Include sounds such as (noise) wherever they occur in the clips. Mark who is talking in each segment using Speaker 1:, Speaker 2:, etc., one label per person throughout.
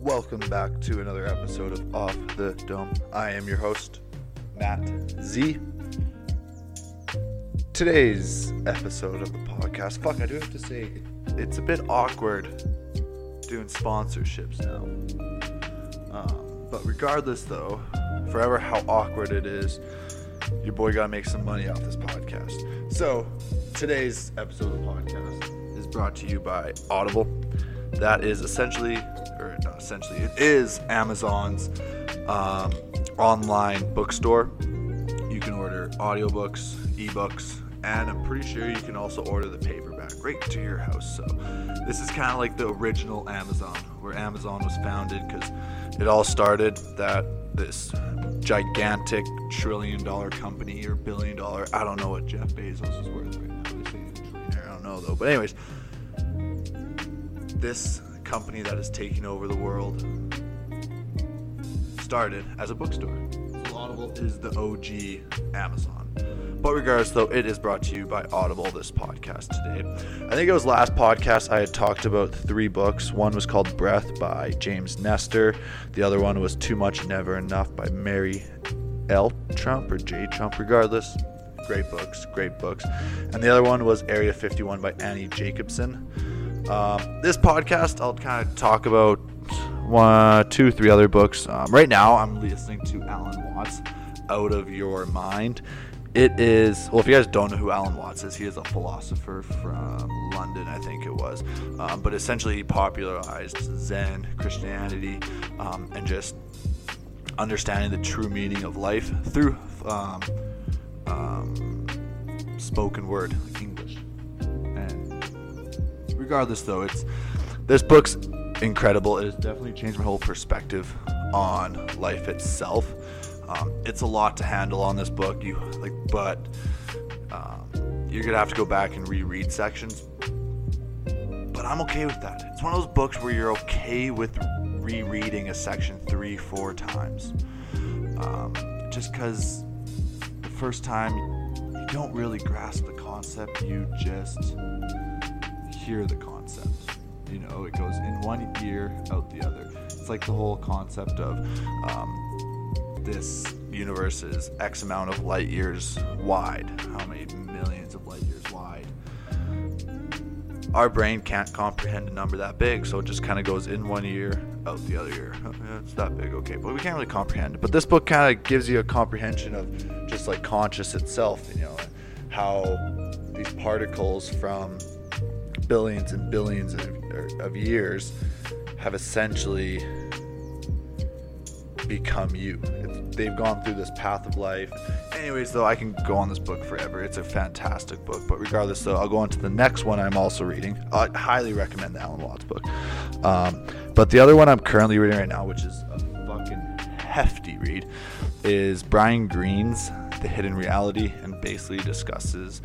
Speaker 1: Welcome back to another episode of Off the Dome. I am your host, Matt Z. Today's episode of the podcast, fuck, I do have to say, it's a bit awkward doing sponsorships now. Um, but regardless, though, forever how awkward it is, your boy gotta make some money off this podcast. So, today's episode of the podcast is brought to you by Audible. That is essentially, or not essentially, it is Amazon's um, online bookstore. You can order audiobooks, ebooks, and I'm pretty sure you can also order the paperback right to your house. So, this is kind of like the original Amazon, where Amazon was founded because it all started that this gigantic trillion dollar company or billion dollar, I don't know what Jeff Bezos is worth right now. They say he's a trillionaire, I don't know though. But, anyways, this company that is taking over the world started as a bookstore. So Audible is the OG Amazon. But regardless, though, it is brought to you by Audible, this podcast today. I think it was last podcast I had talked about three books. One was called Breath by James Nestor, the other one was Too Much Never Enough by Mary L. Trump or J. Trump, regardless. Great books, great books. And the other one was Area 51 by Annie Jacobson. Um, this podcast, I'll kind of talk about one, two, three other books. Um, right now, I'm listening to Alan Watts, Out of Your Mind. It is, well, if you guys don't know who Alan Watts is, he is a philosopher from London, I think it was. Um, but essentially, he popularized Zen, Christianity, um, and just understanding the true meaning of life through um, um, spoken word, like English. And regardless though it's this book's incredible it has definitely changed my whole perspective on life itself um, it's a lot to handle on this book you like but um, you're gonna have to go back and reread sections but i'm okay with that it's one of those books where you're okay with rereading a section three four times um, just because the first time you don't really grasp the concept you just hear the concept. You know, it goes in one ear, out the other. It's like the whole concept of um, this universe is X amount of light years wide. How many millions of light years wide? Our brain can't comprehend a number that big, so it just kind of goes in one ear, out the other ear. (laughs) Oh, yeah, It's that big, okay, but we can't really comprehend it. But this book kind of gives you a comprehension of just like conscious itself, you know, how these particles from billions and billions of, of years have essentially become you. It's, they've gone through this path of life. Anyways, though, I can go on this book forever. It's a fantastic book. But regardless, though, I'll go on to the next one I'm also reading. I highly recommend the Alan Watts book. Um, but the other one I'm currently reading right now, which is a fucking hefty read, is Brian Greene's The Hidden Reality and basically discusses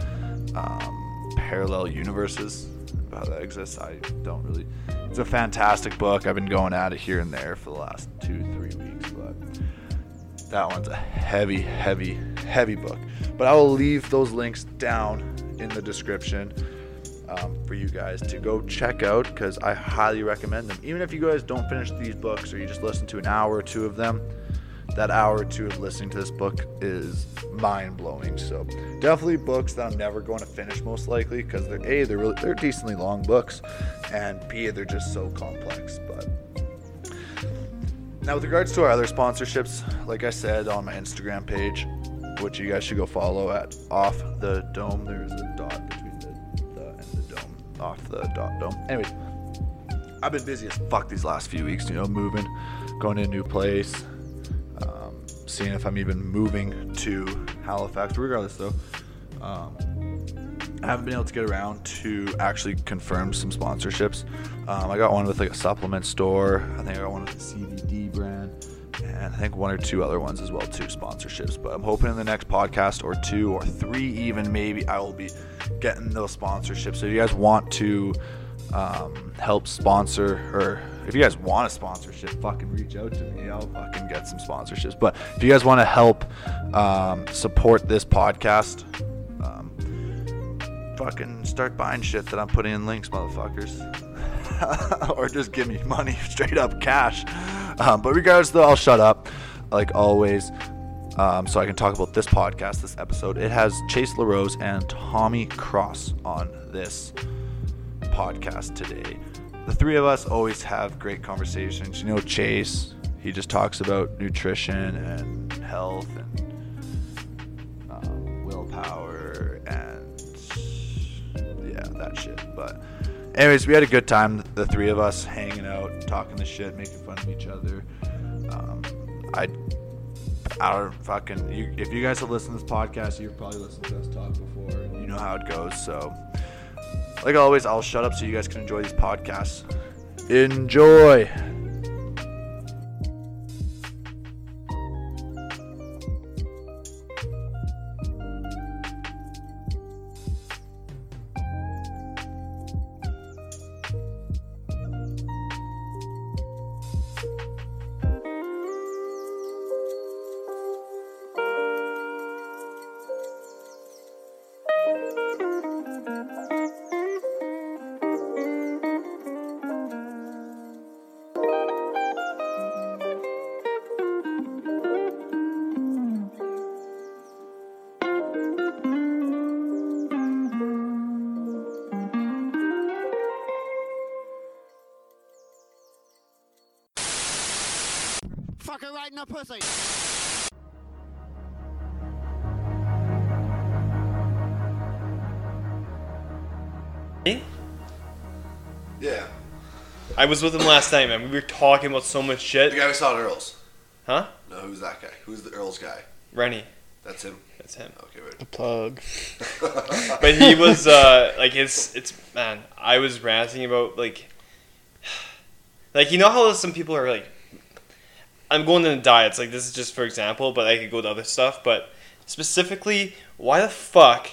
Speaker 1: um, parallel universes. How that exists, I don't really. It's a fantastic book. I've been going at it here and there for the last two, three weeks, but that one's a heavy, heavy, heavy book. But I will leave those links down in the description um, for you guys to go check out because I highly recommend them. Even if you guys don't finish these books or you just listen to an hour or two of them, that hour or two of listening to this book is mind blowing. So definitely books that I'm never going to finish most likely because they're a they're really they're decently long books, and b they're just so complex. But now, with regards to our other sponsorships, like I said on my Instagram page, which you guys should go follow at Off the Dome. There's a dot between the, the and the dome. Off the dot dome. Anyways, I've been busy as fuck these last few weeks. You know, moving, going to a new place, um, seeing if I'm even moving to Halifax. Regardless, though, um, I haven't been able to get around to actually confirm some sponsorships. Um, I got one with like a supplement store. I think I got one with a CBD brand, and I think one or two other ones as well too sponsorships. But I'm hoping in the next podcast or two or three even maybe I will be getting those sponsorships. So if you guys want to um, help sponsor or if you guys want a sponsorship, fucking reach out to me. I'll fucking get some sponsorships. But if you guys want to help um, support this podcast, um, fucking start buying shit that I'm putting in links, motherfuckers. (laughs) or just give me money, (laughs) straight up cash. Um, but regardless, though, I'll shut up, like always. Um, so I can talk about this podcast, this episode. It has Chase LaRose and Tommy Cross on this podcast today. The three of us always have great conversations. You know, Chase, he just talks about nutrition and health and um, willpower and yeah, that shit. But, anyways, we had a good time, the three of us hanging out, talking the shit, making fun of each other. Um, I, I don't fucking. You, if you guys have listened to this podcast, you've probably listened to us talk before. You know how it goes. So, like always, I'll shut up so you guys can enjoy these podcasts. Enjoy.
Speaker 2: Fuck her right in the pussy.
Speaker 1: Yeah,
Speaker 3: I was with him last night, man. We were talking about so much
Speaker 1: the
Speaker 3: shit.
Speaker 1: guy we saw at Earl's.
Speaker 3: Huh?
Speaker 1: No, who's that guy? Who's the Earl's guy?
Speaker 3: Rennie.
Speaker 1: That's him.
Speaker 3: That's him.
Speaker 1: Okay, wait.
Speaker 4: The plug.
Speaker 1: (laughs)
Speaker 3: But he was uh like it's it's man, I was ranting about like (sighs) like you know how some people are like I'm going into diets, like this is just for example, but I could go to other stuff, but specifically, why the fuck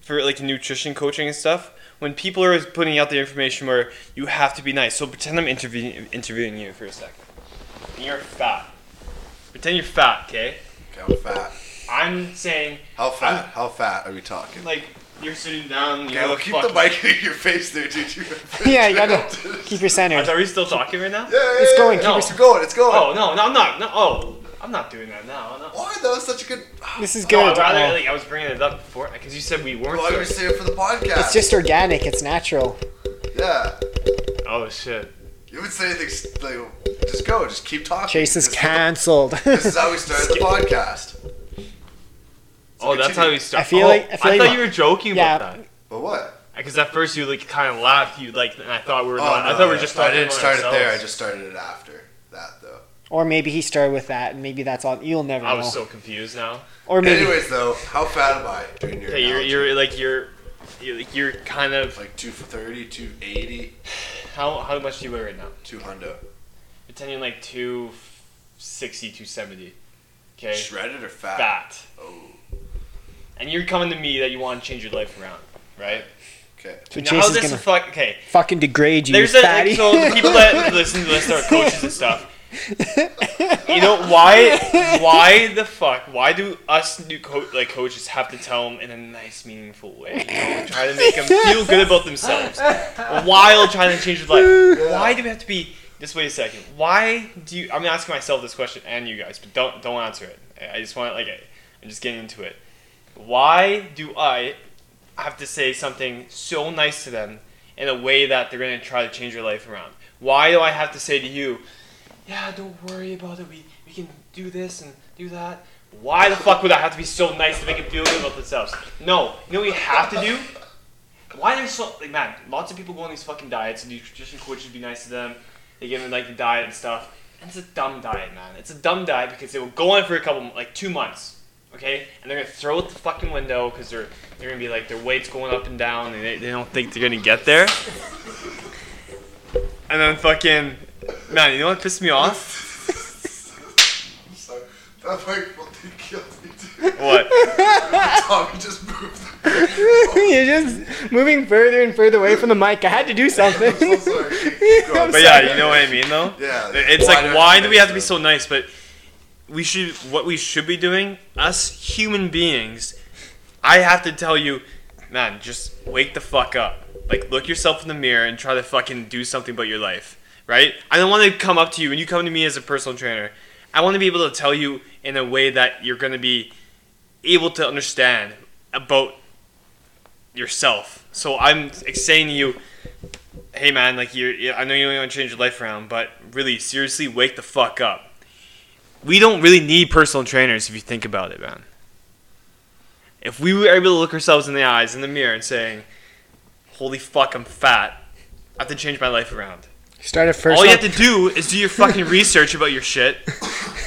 Speaker 3: for like nutrition coaching and stuff, when people are putting out the information where you have to be nice. So pretend I'm interviewing interviewing you for a second. And you're fat. Pretend you're fat, okay?
Speaker 1: Okay, I'm fat.
Speaker 3: I'm saying
Speaker 1: How fat? How fat are we talking?
Speaker 3: like you're sitting down. You
Speaker 1: Yeah, well,
Speaker 3: look
Speaker 1: keep the
Speaker 3: fucking-
Speaker 1: mic in your face there, dude.
Speaker 4: (laughs)
Speaker 1: You-
Speaker 4: yeah, you gotta keep your center.
Speaker 3: Are we still talking right now?
Speaker 1: Yeah, yeah,
Speaker 4: It's
Speaker 1: yeah,
Speaker 4: going,
Speaker 1: yeah.
Speaker 3: keep
Speaker 1: It's
Speaker 3: it-
Speaker 1: going. It's going.
Speaker 3: Oh no, no, I'm not. No, oh, I'm not doing that now. No.
Speaker 1: Why? That was such a good. Ah,
Speaker 4: This is
Speaker 3: No,
Speaker 4: good.
Speaker 3: I'd rather
Speaker 4: Uh,
Speaker 3: like I was bringing it up before because you said we weren't.
Speaker 1: Why did we
Speaker 3: doing-
Speaker 1: save it for the podcast?
Speaker 4: it's just organic. It's natural.
Speaker 1: yeah.
Speaker 3: Oh shit.
Speaker 1: You would say anything. s- Like, just go. Just keep talking.
Speaker 4: Chase is
Speaker 1: This
Speaker 3: (laughs)
Speaker 4: cancelled.
Speaker 1: This is how we started the podcast.
Speaker 3: Oh, that's how we started.
Speaker 4: I feel
Speaker 3: oh,
Speaker 4: like- I feel
Speaker 3: I
Speaker 4: like-
Speaker 3: thought you were joking
Speaker 4: Yeah.
Speaker 3: about that.
Speaker 1: But what?
Speaker 3: Because at first you like kind of laughed. You like, and I thought we were.
Speaker 1: Oh,
Speaker 3: not,
Speaker 1: no,
Speaker 3: I thought we were just
Speaker 1: I
Speaker 3: talking.
Speaker 1: didn't
Speaker 3: among
Speaker 1: start it there. I
Speaker 3: ourselves.
Speaker 1: just started it after that, though.
Speaker 4: (laughs) or maybe he started with that, and maybe that's all. You'll never
Speaker 3: I
Speaker 4: know.
Speaker 3: was so confused now.
Speaker 4: or maybe
Speaker 1: Anyways, though, how fat am I? Doing your
Speaker 3: Okay, you're
Speaker 1: analogy?
Speaker 3: you're like you're. You're, like, you're kind of
Speaker 1: like 230, 280,
Speaker 3: how how much do you weigh right now?
Speaker 1: 200.
Speaker 3: Pretend you're like 260, 270. Okay,
Speaker 1: Shredded or fat?
Speaker 3: fat.
Speaker 1: Oh,
Speaker 3: and you're coming to me that you want to change your life around, right?
Speaker 1: okay.
Speaker 4: so
Speaker 3: now,
Speaker 4: Chase
Speaker 3: how's
Speaker 4: is
Speaker 3: this
Speaker 4: gonna
Speaker 3: fuck? Okay,
Speaker 4: fucking degrade you, you
Speaker 3: there's a, like,
Speaker 4: fatty.
Speaker 3: so the people that listen to this are coaches and stuff. You know
Speaker 4: (laughs)
Speaker 3: why? Why the fuck? Why do us new co- like coaches have to tell them in a nice, meaningful way? You know, try to make them feel good about themselves while trying to change their life. Why do we have to be? Just wait a second. Why do you? I'm asking myself this question and you guys, but don't don't answer it. I- I just want like I, I'm just getting into it. Why do I have to say something so nice to them in a way that they're gonna try to change your life around? Why do I have to say to you, yeah, don't worry about it. We we can do this and do that. Why the fuck would I have to be so nice to make them feel good about themselves? No, you know what you have to do. Why there's so like man, lots of people go on these fucking diets and these nutrition coaches be nice to them. They give them like the diet and stuff, and it's a dumb diet, man. It's a dumb diet because they will go on for a couple like two months, okay, and they're gonna throw it the fucking window because they're they're gonna be like their weight's going up and down and they, they don't think they're gonna get there. And then fucking man, you know what pissed me off?
Speaker 1: Sorry. That mic fucking killed me, dude.
Speaker 3: What?
Speaker 1: Tommy just moved.
Speaker 4: (laughs) You're just moving further and further away from the mic. I had to do something.
Speaker 5: I'm so sorry. Keep going.
Speaker 4: I'm
Speaker 3: But yeah, you know what I mean, though.
Speaker 5: Yeah.
Speaker 3: It's
Speaker 5: Why
Speaker 3: like,
Speaker 5: don't
Speaker 3: why
Speaker 5: you
Speaker 3: do we
Speaker 5: make
Speaker 3: have to be
Speaker 5: sense?
Speaker 3: so nice? But we should. What we should be doing, us human beings, I have to tell you, man, just wake the fuck up. Like, look yourself in the mirror and try to fucking do something about your life, right? I don't want to come up to you and you come to me as a personal trainer. I want to be able to tell you in a way that you're gonna be able to understand about yourself. So I'm saying to you, hey man, like you're, yeah, I know you don't want to change your life around, but really, seriously, wake the fuck up. We don't really need personal trainers if you think about it, man. If we were able to look ourselves in the eyes in the mirror and saying, "Holy fuck, I'm fat," I have to change my life around.
Speaker 4: Start a first.
Speaker 3: All you have to do is do your fucking research about your shit,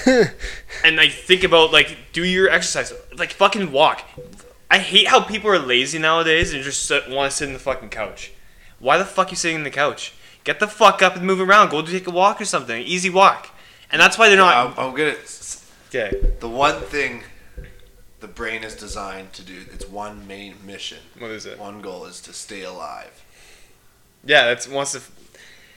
Speaker 3: and like think about like do your exercise, like fucking walk. I hate how people are lazy nowadays and just want to sit in the fucking couch. Why the fuck you sitting in the couch? Get the fuck up and move around. Go take a walk or something. Easy walk. And that's why they're
Speaker 5: I'm,
Speaker 3: not.
Speaker 5: Um, I'm gonna. s-
Speaker 3: Yeah.
Speaker 5: The one thing the brain is designed to do. It's one main mission.
Speaker 3: What is it?
Speaker 5: One goal is to stay alive.
Speaker 3: Yeah, that's wants to.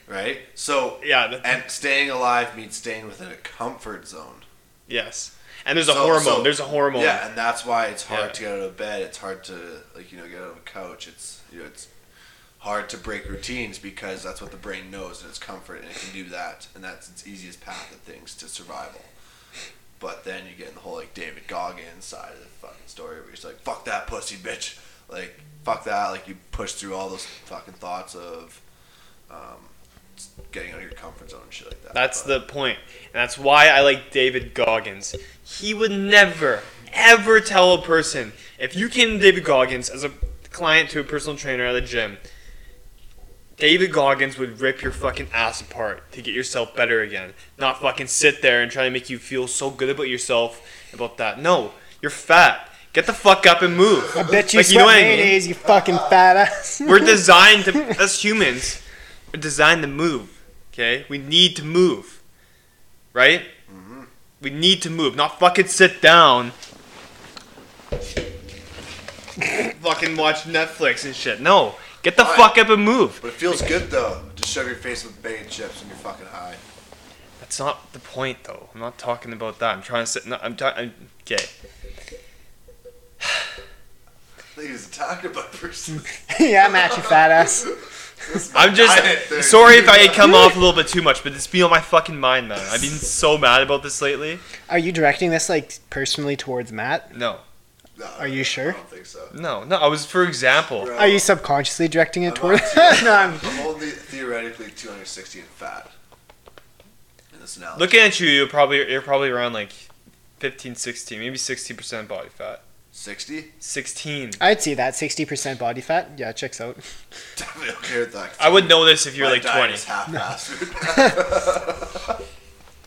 Speaker 5: Right. So
Speaker 3: Yeah. That,
Speaker 5: and staying alive means staying within a comfort zone.
Speaker 3: yes. And there's a
Speaker 5: So-
Speaker 3: hormone.
Speaker 5: so-
Speaker 3: there's a hormone.
Speaker 5: Yeah, and that's why it's hard
Speaker 3: Yeah.
Speaker 5: to get out of bed. It's hard to like you know get out of a couch. It's you know it's hard to break routines because that's what the brain knows and it's comfort and it can do that and that's its easiest path of things to survival. But then you get in the whole like David Goggins side of the fucking story where he's like, "Fuck that pussy bitch," like fuck that, like you push through all those fucking thoughts of. Um, getting out of your comfort zone and shit like that.
Speaker 3: That's
Speaker 5: But-
Speaker 3: the point. And that's why I like David Goggins. He would never, ever tell a person if you came to David Goggins as a client to a personal trainer at a gym, David Goggins would rip your fucking ass apart to get yourself better again. Not fucking sit there and try to make you feel so good about yourself about that. No, you're fat. Get the fuck up and move.
Speaker 4: (laughs) I bet you
Speaker 3: Like,
Speaker 4: sweat
Speaker 3: you know what I mean?
Speaker 4: mayonnaise, you fucking fat ass.
Speaker 3: (laughs) We're designed to, as humans, we're designed to move. Okay, we need to move, right? We need to move, not fucking sit down, fucking watch Netflix and shit. No, get the
Speaker 5: Why?
Speaker 3: fuck up and move.
Speaker 5: But it feels good though to shove your face with bacon chips and you're fucking high.
Speaker 3: That's not the point, though. I'm not talking about that. I'm trying to sit. No, I'm talking. Okay.
Speaker 5: I think he was attacked by
Speaker 4: (laughs)
Speaker 5: person.
Speaker 4: (laughs) yeah, I'm at you, fat ass.
Speaker 3: I'm
Speaker 5: diet thing.
Speaker 3: just sorry if I come off a little bit too much, but it's been on my fucking mind, man. I've been so mad about this lately.
Speaker 4: Are you directing this like personally towards Matt?
Speaker 3: No,
Speaker 5: No,
Speaker 4: Are you sure?
Speaker 5: I don't think so.
Speaker 3: no, no. I was, for example.
Speaker 5: Bro,
Speaker 4: Are you subconsciously directing it
Speaker 5: I'm
Speaker 4: towards?
Speaker 5: not-
Speaker 4: (laughs) no, I'm
Speaker 5: I'm only theoretically 260 and fat. In this analogy.
Speaker 3: Looking at you, you're probably you're probably around like 15, 16, maybe 16% body fat.
Speaker 5: 60?
Speaker 3: 16.
Speaker 4: I'd see that sixty percent body fat. Yeah, checks out.
Speaker 5: (laughs) Definitely don't care that.
Speaker 3: I would know this if you're
Speaker 5: My
Speaker 3: like
Speaker 5: diet
Speaker 3: 20.
Speaker 5: is half-ass
Speaker 4: (laughs)
Speaker 5: food.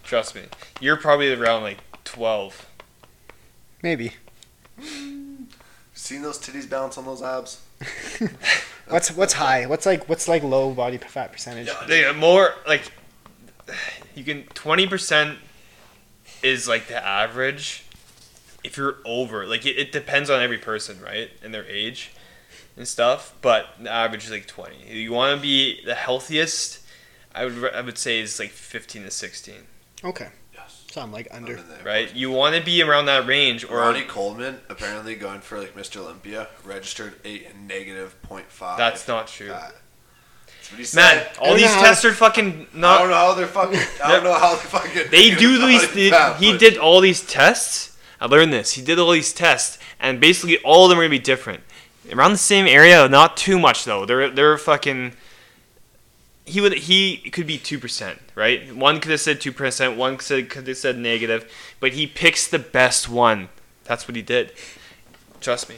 Speaker 3: Trust me. You're probably around like 12.
Speaker 4: Maybe.
Speaker 5: (laughs) Seen those titties bounce on those abs?
Speaker 4: What's what's high? What's like what's like low body fat percentage?
Speaker 3: They are more like you can 20% is like the average. If you're over, like it, it depends on every person, right, and their age and stuff. But the average is like 20. You want to be the healthiest. I would re- I would say is like 15 to 16.
Speaker 4: Okay,
Speaker 5: Yes.
Speaker 4: so I'm like
Speaker 5: I'm
Speaker 4: under.
Speaker 5: in there.
Speaker 3: right? You want to be around that range, or
Speaker 5: Ronnie Coleman apparently going for like Mr. Olympia registered a negative 0.5.
Speaker 3: that's not true.
Speaker 5: fat. That's what he said.
Speaker 3: Man, all
Speaker 4: I
Speaker 3: these
Speaker 4: know.
Speaker 3: tests are fucking
Speaker 5: I don't
Speaker 3: not.
Speaker 5: know how they're fucking. I don't know (laughs) how they fucking.
Speaker 3: They do these.
Speaker 5: Like
Speaker 3: He,
Speaker 5: that,
Speaker 3: he
Speaker 5: but-
Speaker 3: did all these tests. I learned this. He did all these tests, and basically all of them are gonna be different. Around the same area, not too much though. They're they're fucking. He would he could be two percent, right? One could have said two percent. One could have- could have said negative, but he picks the best one. That's what he did. Trust me.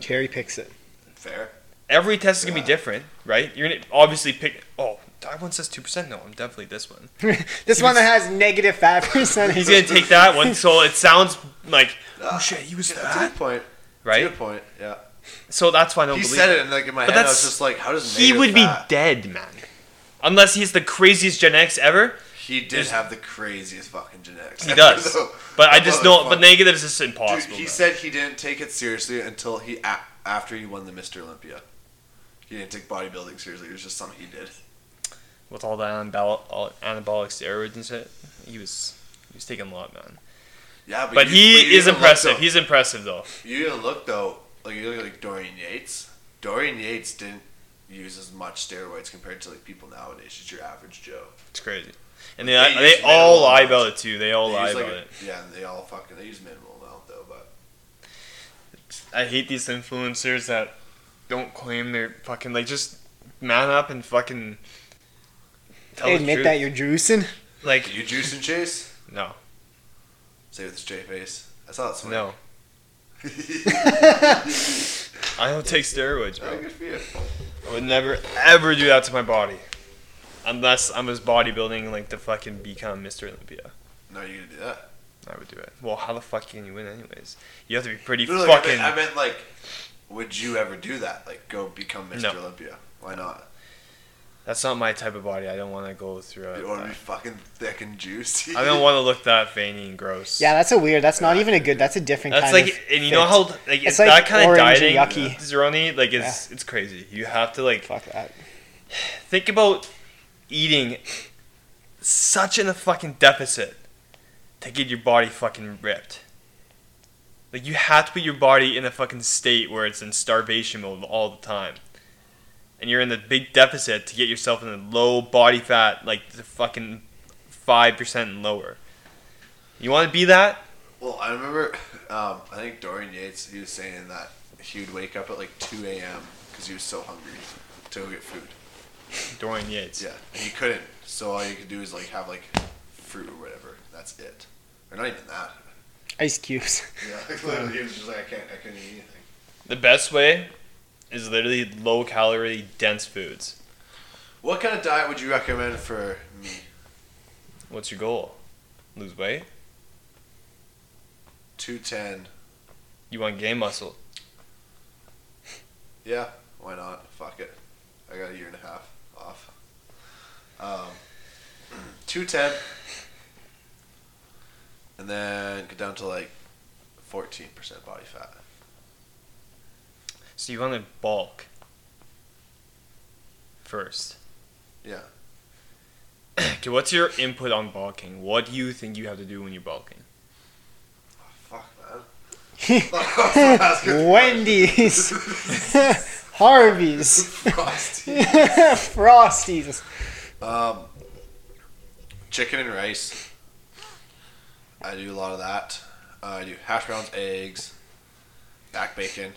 Speaker 4: Cherry picks it. (laughs)
Speaker 5: Fair.
Speaker 3: every test is gonna
Speaker 5: Yeah.
Speaker 3: be different, right? You're gonna obviously pick. Oh, that one says two percent. No, I'm definitely this one.
Speaker 4: this one that has negative fat (laughs) percentage.
Speaker 3: He's gonna take that one, so it sounds like oh shit, he was
Speaker 5: Yeah, That's a
Speaker 3: fat,
Speaker 5: good point. That's a
Speaker 3: right?
Speaker 5: good point. Yeah.
Speaker 3: So that's why I don't
Speaker 5: He
Speaker 3: believe.
Speaker 5: said it, and like in my
Speaker 3: But
Speaker 5: head, I was
Speaker 3: that's-
Speaker 5: just like, "How does
Speaker 3: He
Speaker 5: negative
Speaker 3: would (laughs)
Speaker 5: fat-
Speaker 3: be dead, man. Unless he's the craziest genetics ever.
Speaker 5: He did have the craziest fucking genetics.
Speaker 3: He does.
Speaker 5: (laughs) So,
Speaker 3: But I just
Speaker 5: Motherfucker.
Speaker 3: don't. But negative is just impossible.
Speaker 5: Dude, he
Speaker 3: man.
Speaker 5: said he didn't take it seriously until he a- after he won the Mr. Olympia. He didn't take bodybuilding seriously. It was just something he did.
Speaker 3: with all the anabolic, all anabolic steroids and shit, he was he was taking a lot, man.
Speaker 5: Yeah, but,
Speaker 3: But
Speaker 5: you-
Speaker 3: he
Speaker 5: but you
Speaker 3: is
Speaker 5: even
Speaker 3: impressive.
Speaker 5: Look,
Speaker 3: He's impressive though.
Speaker 5: though- you even look though, like you look at like Dorian Yates. Dorian Yates didn't use as much steroids compared to like people nowadays. Just your average Joe.
Speaker 3: It's crazy. And they,
Speaker 5: Like, they
Speaker 3: they
Speaker 5: use
Speaker 3: all
Speaker 5: minimal
Speaker 3: lie
Speaker 5: amounts.
Speaker 3: about it too. They all
Speaker 5: They
Speaker 3: lie
Speaker 5: use, like,
Speaker 3: about
Speaker 5: a-
Speaker 3: it.
Speaker 5: Yeah, and they all fucking they use minimal amount though, but
Speaker 3: I hate these influencers that don't claim they're fucking like just man up and fucking tell the
Speaker 4: admit
Speaker 3: truth.
Speaker 4: that you're juicing. (laughs)
Speaker 3: like
Speaker 5: you juice and chase.
Speaker 3: no,
Speaker 5: Say with a straight face. I saw that swing.
Speaker 3: no.
Speaker 5: (laughs)
Speaker 3: I don't take steroids,
Speaker 5: Oh,
Speaker 3: bro.
Speaker 5: good for you.
Speaker 3: I would never ever do that to my body, unless I was bodybuilding like to fucking become Mr. Olympia.
Speaker 5: No, you gonna do that?
Speaker 3: I would do it. Well, how the fuck can you win anyways? You have to be pretty
Speaker 5: No, like, I,
Speaker 3: fucking.
Speaker 5: meant, I meant like, would you ever do that? Like, go become Mr.
Speaker 3: No.
Speaker 5: Olympia? Why not?
Speaker 3: That's not my type of body. I don't want to go through.
Speaker 5: You want to be
Speaker 3: it.
Speaker 5: fucking thick and juicy.
Speaker 3: I don't want to look that veiny and gross.
Speaker 4: Yeah, that's a weird. That's not even a good. That's a different
Speaker 3: That's
Speaker 4: kind
Speaker 3: like,
Speaker 4: of.
Speaker 3: and you
Speaker 4: fit.
Speaker 3: know how like it's,
Speaker 4: It's like
Speaker 3: that kind of
Speaker 4: orange and
Speaker 3: dieting, uh,
Speaker 4: yucky.
Speaker 3: Zeroni, like it's it's crazy. You have to like
Speaker 4: Fuck that.
Speaker 3: think about eating such in a fucking deficit to get your body fucking ripped. Like you have to put your body in a fucking state where it's in starvation mode all the time. And you're in the big deficit to get yourself in a low body fat, like the fucking five percent and lower. You want to be that?
Speaker 5: (laughs) Well, I remember, um, I think Dorian Yates, he was saying that he would wake up at like 2 a.m. because he was so hungry to go get food.
Speaker 3: Dorian Yates.
Speaker 5: Yeah. And he couldn't. So all you could do is like have like fruit or whatever. That's it. Or not even that. (laughs)
Speaker 4: Ice cubes. (laughs)
Speaker 5: Yeah. Literally, he was just like, I can't, I couldn't eat anything.
Speaker 3: The best way is literally low calorie, dense foods.
Speaker 5: What kind of diet would you recommend for me?
Speaker 3: What's your goal? Lose weight?
Speaker 5: 210.
Speaker 3: You want gain muscle?
Speaker 5: Yeah. Why not? Fuck it. I got a year and a half off. Um, (clears throat) 210. And then get down to like 14% body fat.
Speaker 3: So you want to bulk first.
Speaker 5: Yeah.
Speaker 3: (clears throat) Okay, what's your input on bulking? What do you think you have to do when you're bulking?
Speaker 5: Oh, Fuck, (laughs) man.
Speaker 4: Wendy's. (laughs) Harvey's. (laughs)
Speaker 5: (laughs) Frosty.
Speaker 4: Frosties.
Speaker 5: Um, chicken and rice. I do a lot of that. Uh, I do hash browns, eggs, back bacon.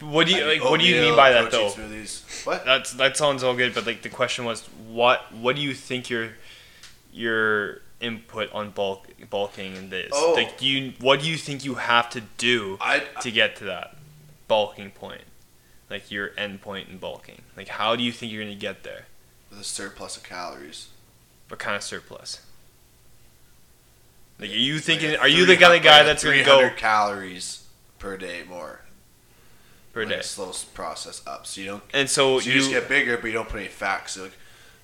Speaker 3: What do
Speaker 5: I
Speaker 3: you like?
Speaker 5: oatmeal,
Speaker 3: What do you mean by that
Speaker 5: protein
Speaker 3: though?
Speaker 5: Smoothies. What?
Speaker 3: That's that sounds all good, but like the question was, what what do you think your your input on bulk bulking and this?
Speaker 5: Oh.
Speaker 3: Like, do you what do you think you have to do
Speaker 5: I
Speaker 3: to get to that bulking point? Like your end point in bulking. Like, how do you think you're gonna get there?
Speaker 5: the surplus of calories.
Speaker 3: What kind of surplus? Like, are you thinking?
Speaker 5: Like a
Speaker 3: Are you the
Speaker 5: 300
Speaker 3: kind of guy
Speaker 5: like a
Speaker 3: that's gonna go
Speaker 5: 300 calories per day more
Speaker 3: per
Speaker 5: like
Speaker 3: day?
Speaker 5: A slow s- process up, so you don't.
Speaker 3: And so
Speaker 5: So you,
Speaker 3: you,
Speaker 5: just get bigger, but you don't put any fat. So like,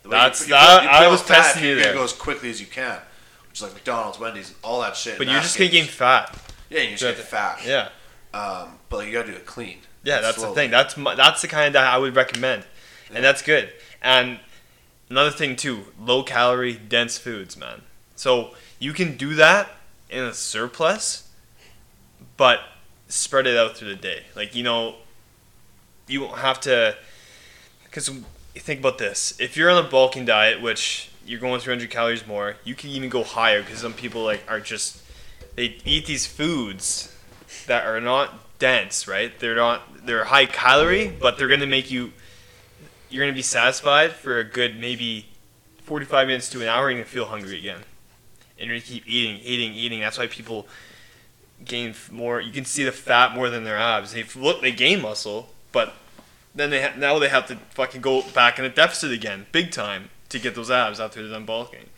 Speaker 5: the way
Speaker 3: That's-
Speaker 5: put-
Speaker 3: that-
Speaker 5: put- put
Speaker 3: I
Speaker 5: on
Speaker 3: was
Speaker 5: fat,
Speaker 3: testing you
Speaker 5: you're gonna
Speaker 3: there.
Speaker 5: Go as quickly as you can, which is like McDonald's, Wendy's, all that shit.
Speaker 3: but you're just gonna gain
Speaker 5: Atkins.
Speaker 3: fat.
Speaker 5: Yeah, you just
Speaker 3: so
Speaker 5: get the fat.
Speaker 3: Yeah,
Speaker 5: Um, but like, you gotta do it clean.
Speaker 3: yeah,
Speaker 5: and
Speaker 3: that's
Speaker 5: slowly.
Speaker 3: the thing. That's my, that's the kind that I would recommend,
Speaker 5: Yeah.
Speaker 3: and that's good. And another thing too, low calorie, dense foods, man. So you can do that in a surplus, but spread it out through the day. Like you know, you won't have to. Because think about this: if you're on a bulking diet, which you're going 300 calories more, you can even go higher. Because some people like are just they eat these foods that are not dense, right? They're not they're high calorie, but they're gonna make you you're gonna be satisfied for a good maybe 45 minutes to an hour. You're gonna feel hungry again, and you're gonna keep eating, eating, eating. That's why people gain f- more. You can see the fat more than their abs. They f- look they gain muscle, but then they ha- now they have to fucking go back in a deficit again, big time, to get those abs after they're done bulking.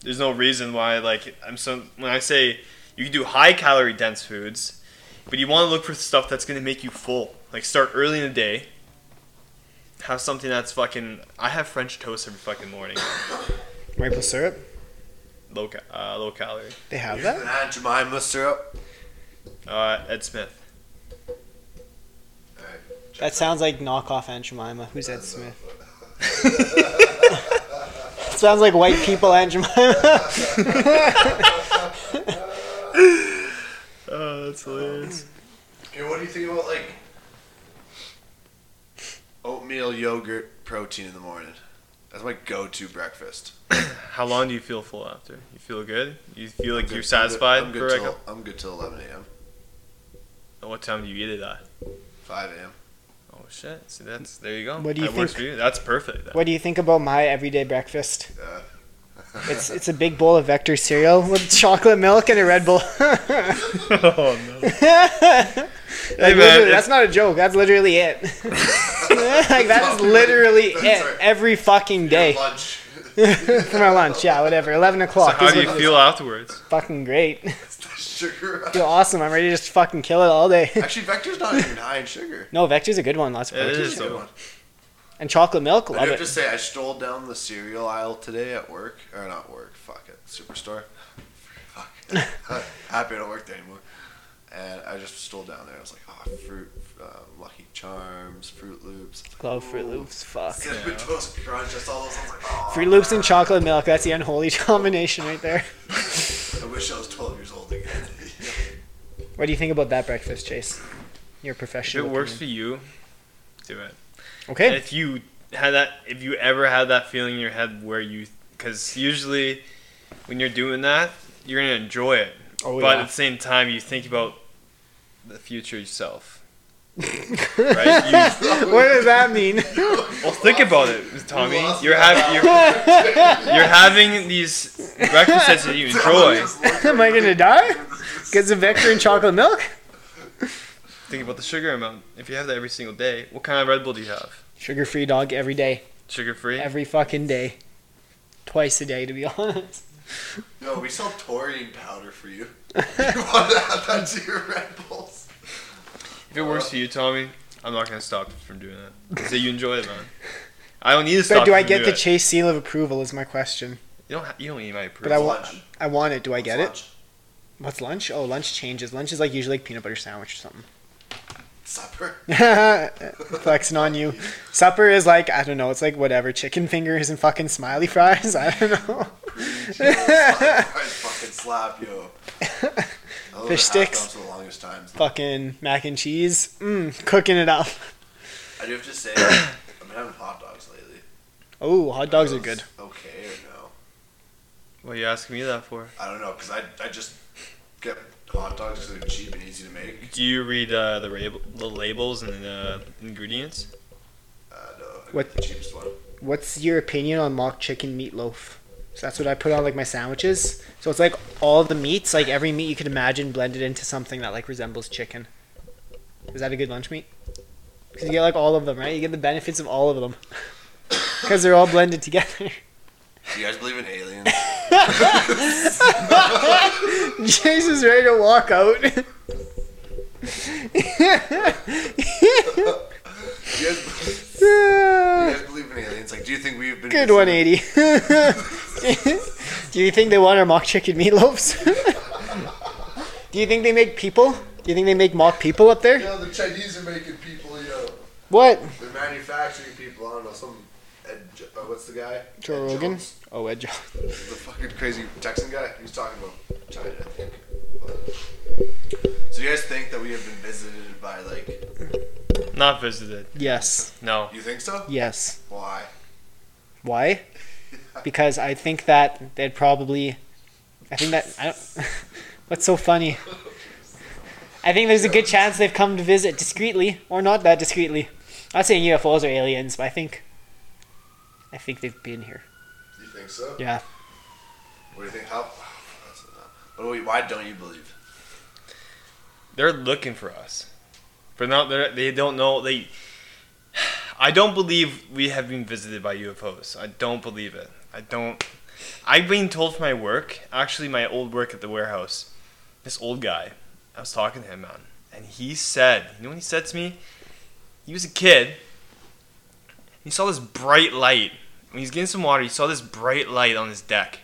Speaker 3: There's no reason why like I'm so when I say you can do high calorie dense foods, but you want to look for stuff that's going to make you full. Like start early in the day. Have something that's fucking. I have French toast every fucking morning.
Speaker 4: Maple syrup.
Speaker 3: low ca- uh, low calorie.
Speaker 4: They have
Speaker 5: Here's
Speaker 4: that.
Speaker 5: an Aunt Jemima syrup.
Speaker 3: Uh, Ed Smith.
Speaker 4: That sounds like knockoff Aunt Jemima. Who's Ed Smith? sounds like white people Aunt Jemima.
Speaker 3: Oh, that's hilarious.
Speaker 5: Okay, what do you think about like oatmeal, yogurt, protein in the morning? That's my go-to breakfast.
Speaker 3: How long do you feel full after? You feel good? You feel like
Speaker 5: I'm good-
Speaker 3: you're
Speaker 5: I'm good-
Speaker 3: satisfied
Speaker 5: I'm
Speaker 3: for
Speaker 5: good,
Speaker 3: like
Speaker 5: till, I'm good till 11 a.m.
Speaker 3: a- what time do you eat it at?
Speaker 5: 5 a.m.
Speaker 3: Oh shit! See, that's there you go.
Speaker 4: What do you
Speaker 3: that works
Speaker 4: think-
Speaker 3: for you. That's
Speaker 5: (laughs)
Speaker 3: perfect.
Speaker 4: (laughs)
Speaker 3: then.
Speaker 4: what do you think about my everyday breakfast?
Speaker 5: Uh,
Speaker 4: It's it's a big bowl of Vector cereal with chocolate milk and a Red Bull. (laughs)
Speaker 3: oh no!
Speaker 4: Like,
Speaker 3: man,
Speaker 4: literally,
Speaker 3: it's-
Speaker 4: that's not a joke. That's literally it. like that is literally
Speaker 5: That's
Speaker 4: it
Speaker 5: right.
Speaker 4: every fucking day
Speaker 5: (laughs)
Speaker 4: (laughs)
Speaker 5: Lunch.
Speaker 4: for my lunch. Yeah, whatever. Eleven
Speaker 3: So
Speaker 4: o'clock.
Speaker 3: how
Speaker 4: is
Speaker 3: do you
Speaker 4: what-
Speaker 3: feel afterwards?
Speaker 4: Fucking great. (laughs)
Speaker 5: sugar.
Speaker 4: Feel awesome. I'm ready to just fucking kill it all day. (laughs)
Speaker 5: Actually, Vector's not even high in sugar.
Speaker 4: No, Vector's a good one. Lots of
Speaker 3: It
Speaker 4: protein.
Speaker 3: is
Speaker 5: Good
Speaker 3: though.
Speaker 5: one.
Speaker 4: And chocolate milk.
Speaker 5: I
Speaker 4: Love
Speaker 5: do
Speaker 4: it.
Speaker 5: have to say, I strolled down the cereal aisle today at work. Or not work, fuck it, Superstore.
Speaker 4: (laughs)
Speaker 5: Fuck. (laughs) Happy I don't work there anymore. And I just strolled down there. I was like, ah, fruit, uh, Lucky Charms, Fruit Loops.
Speaker 4: Love Fruit Loops. Fuck.
Speaker 5: (laughs) Cinnamon Toast Crunch. I saw those. I was like, oh,
Speaker 4: Fruit Loops and chocolate milk. That's the unholy (laughs) combination right there.
Speaker 5: "Ah."
Speaker 4: (laughs)
Speaker 5: I wish I was 12 years old again. (laughs)
Speaker 4: What do you think about that breakfast, Chase? Your
Speaker 3: If
Speaker 4: professional.
Speaker 3: it works for
Speaker 4: opinion.
Speaker 3: you, do it. And
Speaker 4: Okay.
Speaker 3: if you had that, if you ever had that feeling in your head where you, because usually when you're doing that, you're gonna enjoy it.
Speaker 4: Oh,
Speaker 3: but
Speaker 4: yeah.
Speaker 3: at the same time, you think about the future yourself,
Speaker 4: (laughs)
Speaker 3: right? You,
Speaker 4: What does that mean? (laughs)
Speaker 3: well, think about it, Tommy.
Speaker 5: You lost
Speaker 3: You're
Speaker 5: me.
Speaker 3: having you're, you're having these breakfasts that you enjoy.
Speaker 4: Am I gonna die? Get some Vector and chocolate milk?
Speaker 3: Think about the sugar amount. If you have that every single day, what kind of Red Bull do you have?
Speaker 4: Sugar free dog every day.
Speaker 3: Sugar free.
Speaker 4: Every fucking day. Twice a day, to be (laughs) honest.
Speaker 5: No, we sell taurine powder
Speaker 4: (laughs)
Speaker 5: for you. You want to add that to your Red Bulls?
Speaker 3: If it works for you, Tommy, I'm not gonna stop you from doing that. So you enjoy it, man. I don't need to stop.
Speaker 4: But do
Speaker 3: you
Speaker 4: I
Speaker 3: from
Speaker 4: get
Speaker 3: doing
Speaker 4: the
Speaker 3: it.
Speaker 4: chase seal of approval? Is my question.
Speaker 3: You don't. Ha- you don't need my
Speaker 4: But I
Speaker 3: approval.
Speaker 4: want.
Speaker 5: Lunch.
Speaker 4: I want it. Do I get it?
Speaker 5: Lunch.
Speaker 4: What's lunch? Oh, lunch changes. Lunch is like usually like peanut butter sandwich or something. (laughs)
Speaker 5: Supper. (laughs)
Speaker 4: Flexing on you. Supper is like I don't know. It's like whatever. Chicken fingers and fucking smiley fries. (laughs) I don't know.
Speaker 5: I'd fucking slap yo.
Speaker 4: (laughs)
Speaker 5: I lived in
Speaker 4: sticks.
Speaker 5: Half Dome For the longest time.
Speaker 4: Fucking mac and cheese. Mmm, cooking it up.
Speaker 5: I do have
Speaker 4: (coughs)
Speaker 5: to say, I've been having hot dogs lately.
Speaker 4: Oh, hot dogs are
Speaker 5: Those
Speaker 4: good.
Speaker 5: Okay or no?
Speaker 3: What are you asking me that for?
Speaker 5: I don't know because I, I just get hot dogs because they're cheap and easy to make.
Speaker 3: Do you read uh, the, rab- the labels and the ingredients?
Speaker 5: Uh, no, I get
Speaker 4: What-
Speaker 5: The cheapest one.
Speaker 4: What's your opinion on mock chicken meatloaf? So that's what I put on like my sandwiches. So it's like all the meats, like every meat you could imagine, blended into something that like resembles chicken. Is that a good lunch meat? Because you get like all of them, right? You get the benefits of all of them (laughs) because they're all blended together.
Speaker 5: Do you guys believe
Speaker 4: (laughs)
Speaker 5: in aliens?
Speaker 4: Chase is ready to walk out.
Speaker 5: do, you guys, do you guys believe in aliens? Like, do you think we've been
Speaker 4: Good
Speaker 5: visited?
Speaker 4: 180. Do you think they want our mock chicken meatloafs? Do you think they make people? Do you think they make mock people up there?
Speaker 5: know, the Chinese are making people, you know,
Speaker 4: What?
Speaker 5: they're manufacturing people. I don't know, some. Ed, Jo- uh, what's the guy?
Speaker 4: Joe
Speaker 5: Ed
Speaker 4: Rogan?
Speaker 5: Jones?
Speaker 4: Oh, Ed Jones.
Speaker 5: The fucking crazy Texan guy. He was talking about China, I think. So you guys think that we have been visited by like?
Speaker 3: Not visited.
Speaker 4: Yes.
Speaker 3: No.
Speaker 5: You think so?
Speaker 4: Yes.
Speaker 5: Why?
Speaker 4: Why? Because I think that they'd probably. I think that. I don't, (laughs) what's so funny? I think there's a good chance they've come to visit discreetly, or not that discreetly. I'm not saying UFOs are aliens, but I think. I think they've been here.
Speaker 5: You think so?
Speaker 4: Yeah.
Speaker 5: What do you think? How? (sighs) That's enough. What do we, why don't you believe?
Speaker 3: They're looking for us. But not they're, they don't know they I don't believe we have been visited by UFOs. I don't believe it. I don't I've been told for my work, actually my old work at the warehouse, this old guy, I was talking to him, man, and he said, you know what he said to me? He was a kid. He saw this bright light. When he's getting some water, he saw this bright light on his deck.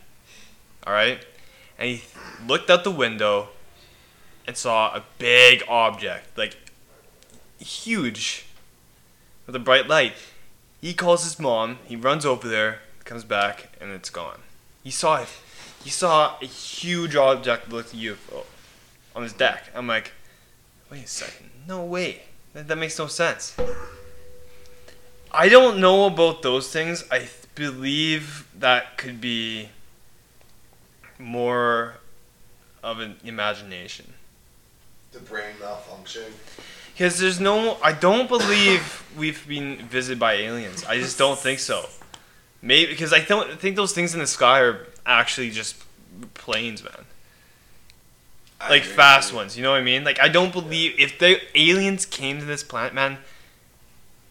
Speaker 3: all right? And he looked out the window and saw a big object, like huge, with a bright light. He calls his mom. He runs over there, comes back, and it's gone. He saw it. He saw a huge object that looked like a UFO on his deck. I'm like, wait a second. No way. That, that makes no sense. I don't know about those things. I th- believe that could be more of an imagination.
Speaker 5: The brain malfunction.
Speaker 3: Because there's no, I don't believe we've been visited by aliens. I just don't think so. Maybe because I don't think those things in the sky are actually just planes, man.
Speaker 5: I
Speaker 3: like
Speaker 5: agree
Speaker 3: fast
Speaker 5: with
Speaker 3: ones. You know what I mean? Like I don't believe if the aliens came to this planet, man,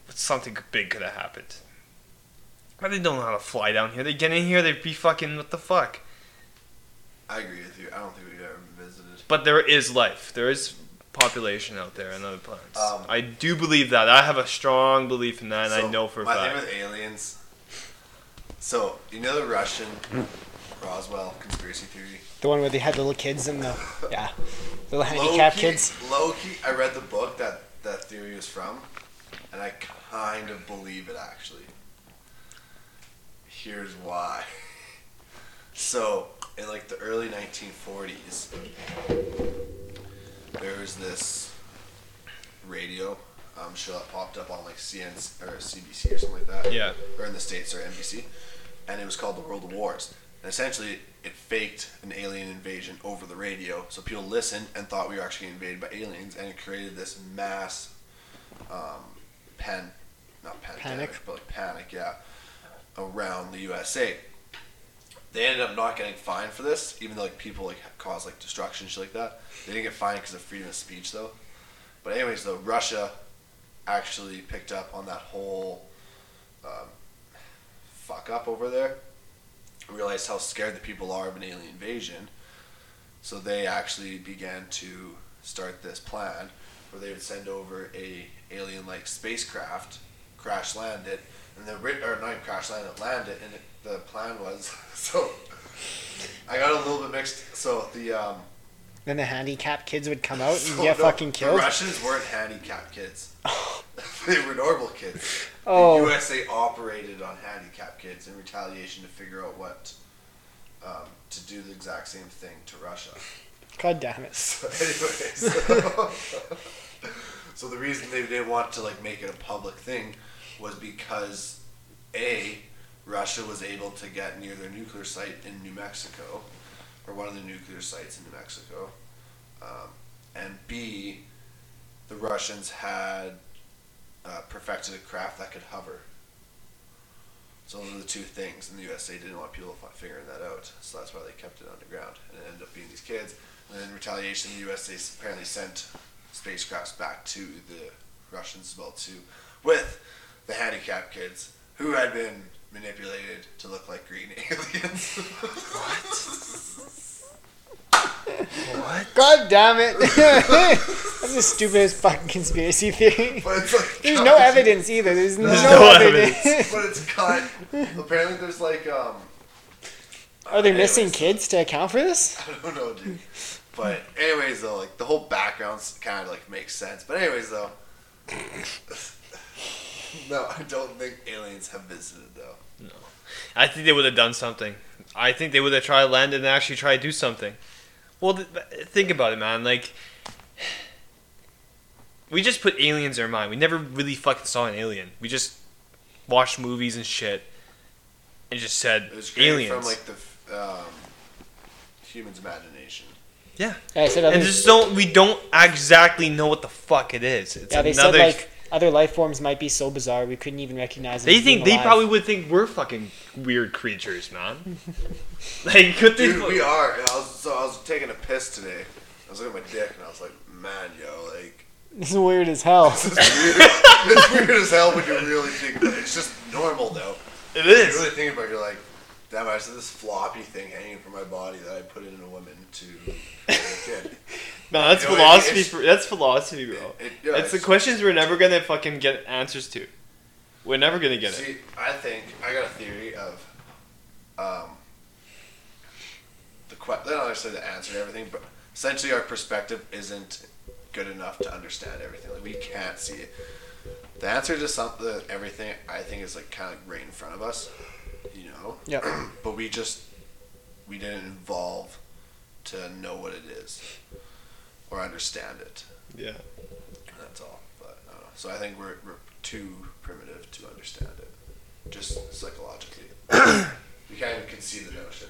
Speaker 3: something big could have happened. But they don't know how to fly down here. They get in here, they'd be fucking what the fuck.
Speaker 5: you. I agree with you. I don't think we've ever visited.
Speaker 3: But there is life. There is population out there on other planets.
Speaker 5: Um,
Speaker 3: I do believe that. I have a strong belief in that, and
Speaker 5: So,
Speaker 3: I know for a
Speaker 5: my
Speaker 3: fact.
Speaker 5: thing with aliens. So you know the Russian Roswell conspiracy theory.
Speaker 4: The one where they had the little kids and the yeah, the little
Speaker 5: Low
Speaker 4: handicapped
Speaker 5: key-
Speaker 4: kids.
Speaker 5: Low key, I read the book that that theory was from, and I kind of believe it actually. Here's why. (laughs) So, in like the early 1940s, there was this radio um, show that popped up on like CN or CBC or something like that
Speaker 3: Yeah.
Speaker 5: or in the states or NBC, and it was called the World Wars. And essentially, it faked an alien invasion over the radio, so people listened and thought we were actually invaded by aliens, and it created this mass um, pan, not pandemic,
Speaker 4: Panic.
Speaker 5: but like panic, yeah, around the USA. They ended up not getting fined for this, even though like people like caused like destruction and shit like that. They didn't get fined because of freedom of speech though. But anyways, though Russia actually picked up on that whole um, fuck up over there. Realized how scared the people are of an alien invasion, so they actually began to start this plan where they would send over a alien-like spacecraft, crash land it, and the ri- or not even crash land it, land it, and it, the plan was (laughs) so. I got a little bit mixed. So the um,
Speaker 4: Then the handicapped kids would come out and
Speaker 5: (laughs) so
Speaker 4: get
Speaker 5: no,
Speaker 4: fucking killed.
Speaker 5: The Russians weren't handicapped kids. (laughs) they were normal kids.
Speaker 4: Oh.
Speaker 5: The USA operated on handicapped kids in retaliation to figure out what um, to do the exact same thing to Russia.
Speaker 4: God damn it.
Speaker 5: So, anyways, (laughs) so, so the reason they didn't want to like make it a public thing was because a Russia was able to get near their nuclear site in New Mexico, or one of the nuclear sites in New Mexico, um, and b the Russians had uh, perfected a craft that could hover. So those are the two things, and the USA didn't want people fi- figuring that out, so that's why they kept it underground, and it ended up being these kids. And in retaliation, the USA s- apparently sent spacecrafts back to the Russians as well too, with the handicapped kids who had been manipulated to look like green (laughs) aliens.
Speaker 4: God damn it. (laughs) That's the stupidest fucking conspiracy theory.
Speaker 5: but it's like
Speaker 4: There's no evidence either. There's no,
Speaker 3: no
Speaker 4: evidence.
Speaker 5: But it's cut. apparently, there's like um.
Speaker 4: (laughs)
Speaker 5: (laughs)
Speaker 4: Are there
Speaker 5: anyways.
Speaker 4: missing kids to account for this?
Speaker 5: I don't know, dude. But anyways, though, like the whole background kind of like makes sense. But anyways, though, (laughs) no, I don't think aliens have visited though.
Speaker 3: I think they would have done something. I think they would have tried to land and actually try to do something. Well, th- th- think about it, man. Like, we just put aliens in our mind. We never really fucking saw an alien. We just watched movies and shit, and just said
Speaker 5: It was created
Speaker 3: aliens.
Speaker 5: from like the f- um, human's imagination.
Speaker 3: yeah,
Speaker 4: Yeah, I said other,
Speaker 3: and just don't. We don't exactly know what the fuck it is. It's
Speaker 4: yeah, they said
Speaker 3: another.
Speaker 4: like other life forms might be so bizarre we couldn't even recognize them.
Speaker 3: they
Speaker 4: as
Speaker 3: think
Speaker 4: being
Speaker 3: they
Speaker 4: alive.
Speaker 3: probably would think we're fucking weird creatures, man. (laughs) like, could they?
Speaker 5: Dude, we are. I was, so I was taking a piss today. I was looking at my dick and I was like, man, yo, like (laughs)
Speaker 4: This is (laughs) weird as
Speaker 3: (laughs)
Speaker 4: hell.
Speaker 5: it's weird, it's weird as hell when you really think about it. It's just normal though.
Speaker 3: it
Speaker 5: If you
Speaker 3: is.
Speaker 5: really think about it, you're like, damn, I just have this floppy thing hanging from my body that I put in a woman to kid.
Speaker 3: No, that's
Speaker 5: You know, it-
Speaker 3: philosophy.
Speaker 5: it's-
Speaker 3: For, that's philosophy, bro.
Speaker 5: It- yeah,
Speaker 3: that's the
Speaker 5: it's-
Speaker 3: questions we're never gonna fucking get answers to. We're never gonna get it.
Speaker 5: See, I think I got a theory of um, que- not necessarily the answer to everything, but essentially our perspective isn't good enough to understand everything. Like we can't see it. The answer to something, everything, I think is like kind of like right in front of us, you know.
Speaker 4: Yep.
Speaker 5: (clears throat) But we just we didn't evolve to know what it is or understand it.
Speaker 3: Yeah.
Speaker 5: That's all. But I don't know. So I think we're, we're too primitive to understand it, just psychologically. (coughs) we can't even conceive the notion.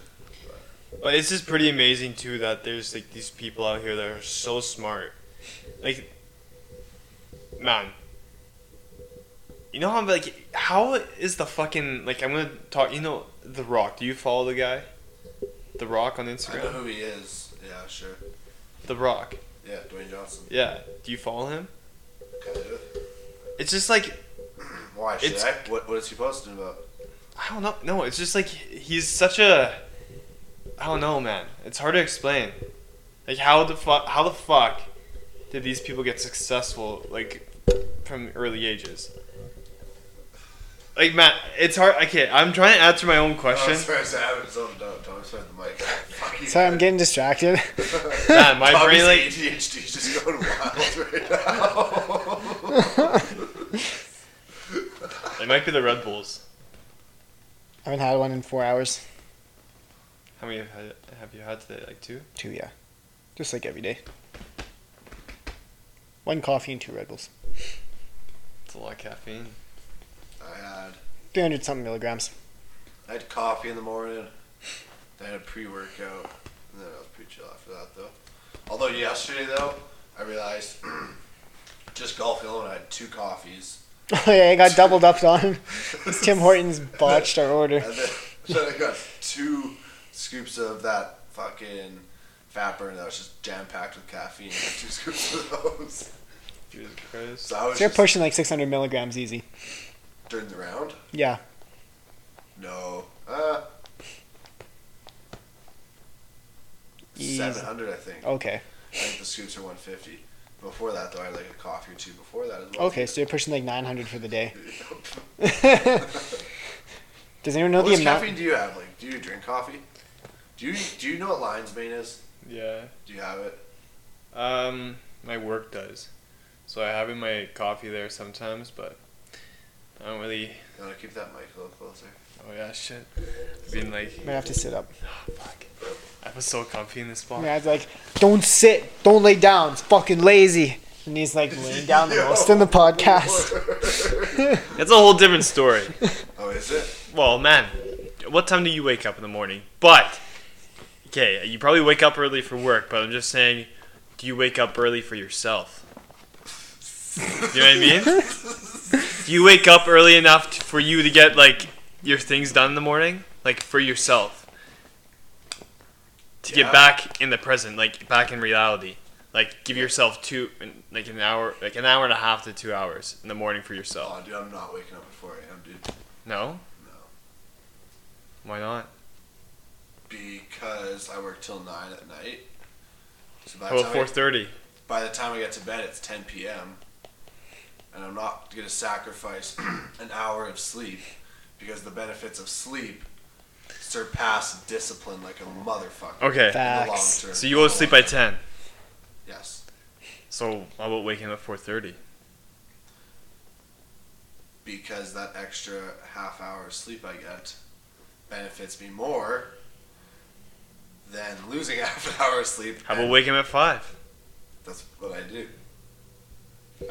Speaker 3: Well, it's just pretty amazing too that there's like these people out here that are so smart. Like, man, you know how I'm like, how is the fucking like? I'm gonna talk. You know, The Rock. Do you follow the guy? The Rock on
Speaker 5: I know
Speaker 3: Instagram.
Speaker 5: who he is. Yeah, sure.
Speaker 3: The Rock.
Speaker 5: Yeah, Dwayne Johnson.
Speaker 3: Yeah. Do you follow him?
Speaker 5: Kind of.
Speaker 3: It's just like
Speaker 5: (clears throat) Why should
Speaker 3: It's-
Speaker 5: I? What, what is he posting about?
Speaker 3: I don't know. No, it's just like he's such a. I don't know, man. It's hard to explain. Like how the fuck? How the fuck did these people get successful? Like from early ages. Like man, it's hard. Okay, I'm trying to answer my own
Speaker 5: Oh,
Speaker 3: question.
Speaker 5: sorry, sorry, I haven't zoned out. Thomas sorry, the mic. (laughs) Fuck you.
Speaker 4: Sorry, I'm
Speaker 5: (laughs)
Speaker 4: getting
Speaker 3: (laughs)
Speaker 4: distracted. (laughs)
Speaker 3: Man, my
Speaker 5: Tommy's
Speaker 3: brain like
Speaker 5: ADHD is just going wild right now.
Speaker 3: (laughs) it might be the Red Bulls.
Speaker 4: I haven't had one in four hours.
Speaker 3: How many have you had- have you had today? Like two.
Speaker 4: Two, yeah. Just like every day. One coffee and two Red Bulls.
Speaker 3: It's a lot of caffeine.
Speaker 5: (laughs) I uh, had
Speaker 4: 300 something milligrams. (laughs)
Speaker 5: I had coffee in the morning. Then I had a pre-workout, and then I was pretty chill after that, though. Although yesterday, though, I realized (clears throat) just golfing alone, I had two coffees.
Speaker 4: Oh, yeah, I got doubled up
Speaker 3: (laughs)
Speaker 4: on. (laughs) Tim Hortons botched our order.
Speaker 5: And then, (laughs) then I got two scoops of that fucking fat burn that was just jam packed with caffeine. (laughs) Two scoops of those.
Speaker 3: Jesus Christ.
Speaker 5: So I was
Speaker 4: They're
Speaker 5: just
Speaker 4: pushing like 600 milligrams easy.
Speaker 5: during the round.
Speaker 4: Yeah.
Speaker 5: No. Uh,
Speaker 4: Easy. Oh,
Speaker 5: 700, I think.
Speaker 4: Okay.
Speaker 5: I think the scoops are 150. Before that, though, I had like a coffee or two before that as well.
Speaker 4: Okay,
Speaker 5: (laughs)
Speaker 4: so you're pushing like 900 for the day.
Speaker 5: How
Speaker 4: Does anyone know the
Speaker 5: much
Speaker 4: amount?
Speaker 5: caffeine do you have? Like, do you drink coffee? Do you do you know what lion's mane is?
Speaker 3: Yeah.
Speaker 5: Do you have it?
Speaker 3: Um, my work does. So I have in my coffee there sometimes, but I don't really.
Speaker 5: You want to keep that mic a little closer?
Speaker 3: Oh yeah, shit. I've been like,
Speaker 4: I have to sit up.
Speaker 3: fuck. I was so comfy in this spot.
Speaker 4: My dad's like, don't sit, don't lay down, it's fucking lazy. And he's like laying down the most in the podcast.
Speaker 3: That's a whole different story.
Speaker 5: (laughs) Oh, is it?
Speaker 3: well, man, what time do you wake up in the morning? But okay, you probably wake up early for work, but I'm just saying, do you wake up early for yourself? You know what I mean? do you wake up early enough t for you to get like your things done in the morning, like for yourself, to
Speaker 5: Yeah.
Speaker 3: get back in the present, like back in reality? Like give yourself two, like an hour, like an hour and a half to two hours in the morning for yourself.
Speaker 5: Oh, dude, I'm not waking up at 4 a.m., dude.
Speaker 3: No.
Speaker 5: No.
Speaker 3: Why not?
Speaker 5: Because I work till 9 at night. So by
Speaker 3: How
Speaker 4: Oh,
Speaker 5: the,
Speaker 3: about
Speaker 5: time I-
Speaker 3: four thirty?
Speaker 5: by the time I get to bed, it's 10 p.m. And I'm not going to sacrifice (clears throat) an hour of sleep because the benefits of sleep surpass discipline like a motherfucker.
Speaker 3: Okay.
Speaker 5: in the long
Speaker 4: Facts.
Speaker 5: term.
Speaker 3: So you go to sleep by ten.
Speaker 5: Yes.
Speaker 3: So how about waking up at four thirty?
Speaker 5: because that extra half hour of sleep I get benefits me more than losing (laughs) half an hour of sleep.
Speaker 3: How about
Speaker 5: and
Speaker 3: waking up at five?
Speaker 5: That's what I do.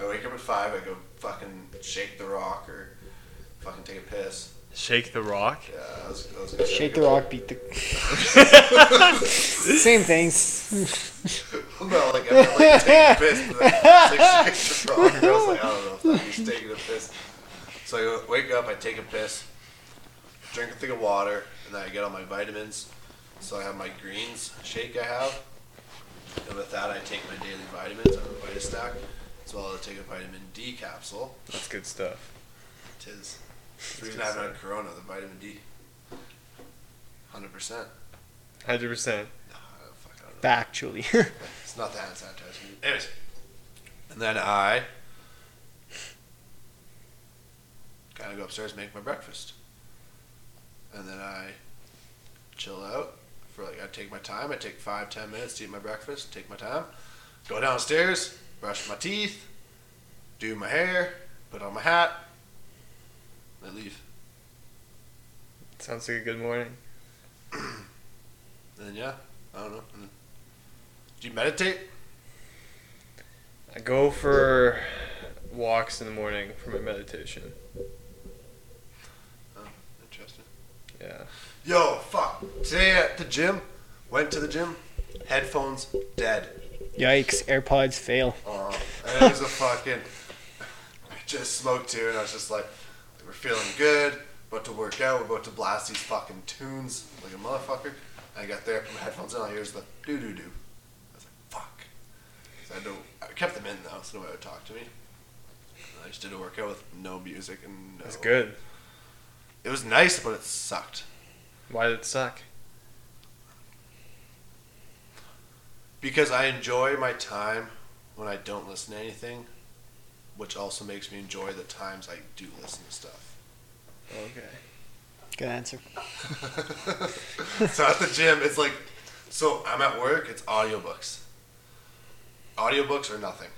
Speaker 5: I wake up at five. I go fucking shake the rock or fucking take a piss.
Speaker 3: Shake the rock.
Speaker 5: Yeah, that was, that was a good.
Speaker 4: Shake the
Speaker 5: (laughs)
Speaker 4: rock, beat the. (laughs) Same things.
Speaker 5: no, like I meant, like take a piss. But
Speaker 4: (laughs)
Speaker 5: then, like, shake the rock. And I was like, I don't know if that means taking a piss. So I go, wake up. I take a piss. Drink a thing of water, and then I get all my vitamins. So I have my greens shake I have. And with that, I take my daily vitamins. I have a VitaStack, as well as I take a vitamin D capsule.
Speaker 3: That's good stuff.
Speaker 5: Tis. We're gonna have it on Corona, the vitamin D. Hundred percent.
Speaker 3: Hundred percent.
Speaker 5: Fuck, I don't know.
Speaker 4: Factually. (laughs)
Speaker 5: It's not the hand sanitizer. Anyways. And then I kind of go upstairs, make my breakfast, and then I chill out for like I take my time. I take five ten minutes to eat my breakfast. Take my time. Go downstairs, brush my teeth, do my hair, put on my hat. I leave,
Speaker 3: Sounds like a good morning.
Speaker 5: and then yeah, I don't know. And then- do you meditate?
Speaker 3: I go for walks in the morning for my meditation.
Speaker 5: Interesting.
Speaker 3: Yeah.
Speaker 5: Yo, fuck. Today at the gym, went to the gym, headphones dead.
Speaker 4: Yikes! AirPods fail.
Speaker 5: Oh, and it was a fucking. I just smoked too, and I was just like, we're feeling good, about to work out, we're about to blast these fucking tunes like a motherfucker. And I got there, put my headphones in, all I hear is the doo doo doo. I was like, fuck. So I, had to- I kept them in though, so nobody would talk to me. And I just did a workout with no music and no.
Speaker 3: That's good.
Speaker 5: It was nice, but it sucked.
Speaker 3: Why did it suck?
Speaker 5: because I enjoy my time when I don't listen to anything, which also makes me enjoy the times I do listen to stuff.
Speaker 3: Okay.
Speaker 4: Good answer.
Speaker 5: so at the gym, it's like, so I'm at work, it's audiobooks. Audiobooks are nothing.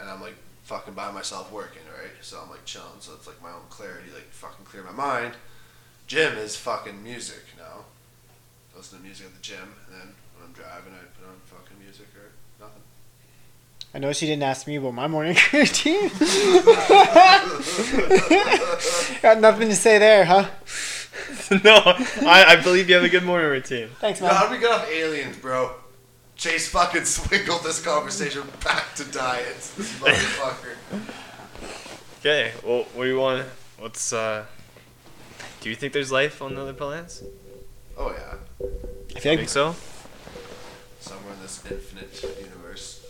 Speaker 5: And I'm like fucking by myself working, right? So I'm like chilling, so it's like my own clarity, like fucking clear my mind. Gym is fucking music now. I listen to music at the gym, and then when I'm driving, I put on fucking music or nothing.
Speaker 4: I know she didn't ask me about my morning (laughs) routine. Got nothing to say there, huh?
Speaker 3: (laughs) no, I, I believe you have a good morning routine.
Speaker 4: Thanks,
Speaker 5: Yo, how
Speaker 4: man.
Speaker 5: do we get off aliens, bro? Chase fucking (laughs) swingled this conversation back to diets.
Speaker 4: (laughs)
Speaker 5: This motherfucker.
Speaker 3: Okay. Well, what do you want? What's uh? Do you think there's life on the other planets?
Speaker 5: Oh yeah.
Speaker 4: I feel
Speaker 3: Think
Speaker 4: like
Speaker 3: so?
Speaker 5: Somewhere in this infinite universe.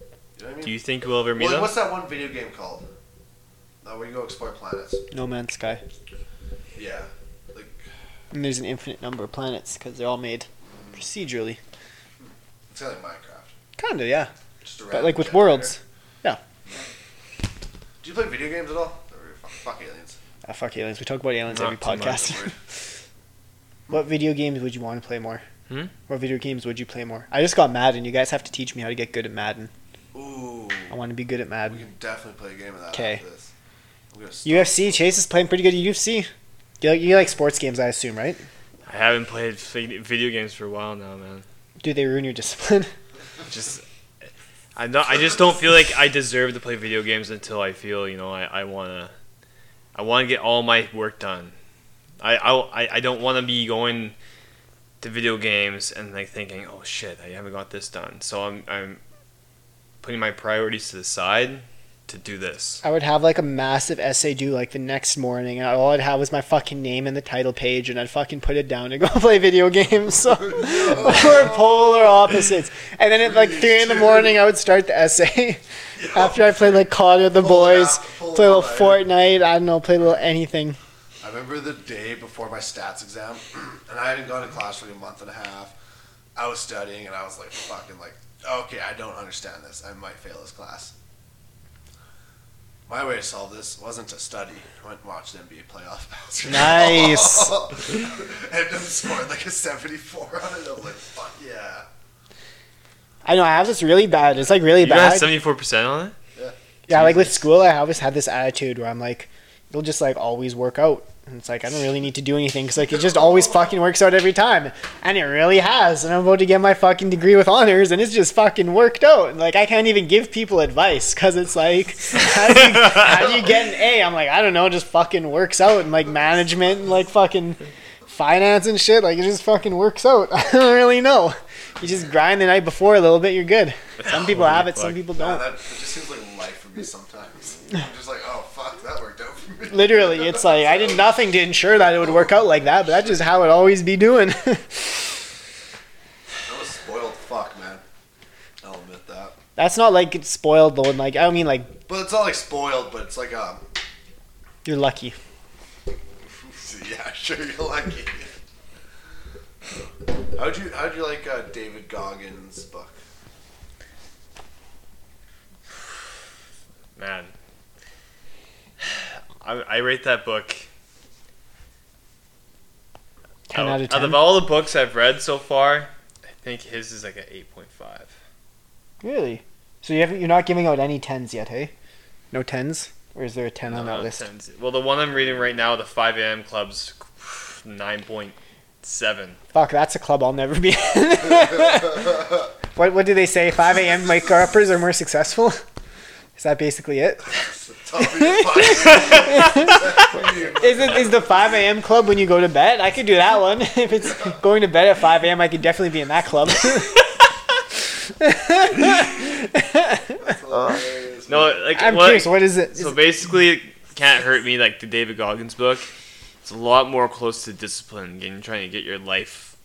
Speaker 5: You know what I mean?
Speaker 3: Do you think we'll ever meet
Speaker 5: What-
Speaker 3: up?
Speaker 5: what's that one video game called? Uh, where you go explore planets.
Speaker 4: No Man's Sky.
Speaker 5: Yeah. Like
Speaker 4: And there's an infinite number of planets because they're all made procedurally.
Speaker 5: it's kind of like Minecraft.
Speaker 4: Kinda, yeah.
Speaker 5: Just a
Speaker 4: But
Speaker 5: random
Speaker 4: like with
Speaker 5: generator.
Speaker 4: worlds.
Speaker 5: Do you play video games at all? Or fuck, fuck aliens.
Speaker 4: Ah, fuck aliens. We talk about aliens
Speaker 3: Not
Speaker 4: every
Speaker 3: too much.
Speaker 4: podcast. (laughs) what video games would you want to play more?
Speaker 3: Hmm?
Speaker 4: What video games would you play more? I just got Madden. You guys have to teach me how to get good at Madden.
Speaker 5: Ooh.
Speaker 4: I want to be good at
Speaker 5: We
Speaker 4: Madden.
Speaker 5: can definitely play a game of that.
Speaker 4: 'Kay.
Speaker 5: After this. I'm gonna stop.
Speaker 4: UFC. Chase is playing pretty good at UFC. You like, you like sports games, I assume, right?
Speaker 3: I haven't played fi- video games for a while now, man.
Speaker 4: Do they ruin your discipline? (laughs)
Speaker 3: Just. I'm not, I just don't feel like I deserve to play video games until I feel, you know, I, I wanna, I wanna get all my work done. I, I, I- I don't wanna be going to video games and like thinking, oh shit, I haven't got this done. So I'm, I'm putting my priorities to the side to do this.
Speaker 4: I would have like a massive essay due like the next morning, and all I'd have was my fucking name and the title page, and I'd fucking put it down and go (laughs) play video games.
Speaker 5: (laughs)
Speaker 4: So (laughs) we're polar opposites. And then at like three in the morning, I would start the essay. (laughs) After I played like COD with the
Speaker 5: it
Speaker 4: boys,
Speaker 5: out, pull it
Speaker 4: play a little
Speaker 5: out.
Speaker 4: Fortnite, I don't know, play a little anything.
Speaker 5: I remember the day before my stats exam, (clears throat) and I hadn't gone to class for like a month and a half. I was studying, and I was like, fucking, like, okay, I don't understand this. I might fail this class. My way to solve this wasn't to study. I went and watched the NBA playoff (laughs) basketball.
Speaker 4: Nice.
Speaker 5: (laughs) and then scored like a 74 on it. I was like, fuck yeah.
Speaker 4: I know I have this really bad. It's like really
Speaker 3: You got
Speaker 4: bad.
Speaker 3: seventy four percent on it.
Speaker 4: Yeah, like with school, I always had this attitude where I'm like, it'll just like always work out. And it's like, I don't really need to do anything because like it just always fucking works out every time. And it really has. And I'm about to get my fucking degree with honors and it's just fucking worked out. And like, I can't even give people advice because it's like, how do, you, how do you get an A? I'm like, I don't know, it just fucking works out. And like management and like fucking finance and shit, like it just fucking works out. (laughs) I don't really know. You just grind the night before a little bit, you're good.
Speaker 3: (laughs)
Speaker 4: Some people
Speaker 3: Holy
Speaker 4: have it, some
Speaker 3: fuck.
Speaker 4: people
Speaker 5: Nah,
Speaker 4: don't.
Speaker 5: that, that just seems like life for me sometimes. I'm just like, oh, fuck, that worked out for me.
Speaker 4: Literally, it's like I did nothing to ensure that it would work out like that, but that's just how it always be doing. (laughs)
Speaker 5: I'm a spoiled fuck, man. I'll admit that.
Speaker 4: that's not like it's spoiled though, and like I don't mean like
Speaker 5: But it's not like spoiled, but it's like um (laughs)
Speaker 4: you're lucky.
Speaker 5: yeah, sure you're lucky. How'd you how'd you like uh, David Goggins' book?
Speaker 3: Man, (sighs) I, I rate that book.
Speaker 4: Ten Ten Oh, out of
Speaker 3: Out of
Speaker 4: 10?
Speaker 3: all the books I've read so far, I think his is like an eight point five.
Speaker 4: Really? So you haven't, you're not giving out any tens yet, hey? No tens? Or is there a ten on that list?
Speaker 3: Well, the one I'm reading right now, the Five AM Club's (sighs) nine point seven.
Speaker 4: Fuck, that's a club I'll never be in. (laughs) what, what do they say? 5 a.m. mic uppers are more successful? Is that basically it?
Speaker 5: Top of your five.
Speaker 4: Is, it, is the 5 a.m. club when you go to bed? I could do that one. (laughs) if it's going to bed at 5 a.m., I could definitely be in that club. (laughs)
Speaker 5: Hilarious.
Speaker 3: No, like
Speaker 4: I'm
Speaker 3: what-
Speaker 4: curious, what is it?
Speaker 3: So
Speaker 4: Is-
Speaker 3: basically, it can't hurt me like the David Goggins book. It's a lot more close to discipline and trying to get your life.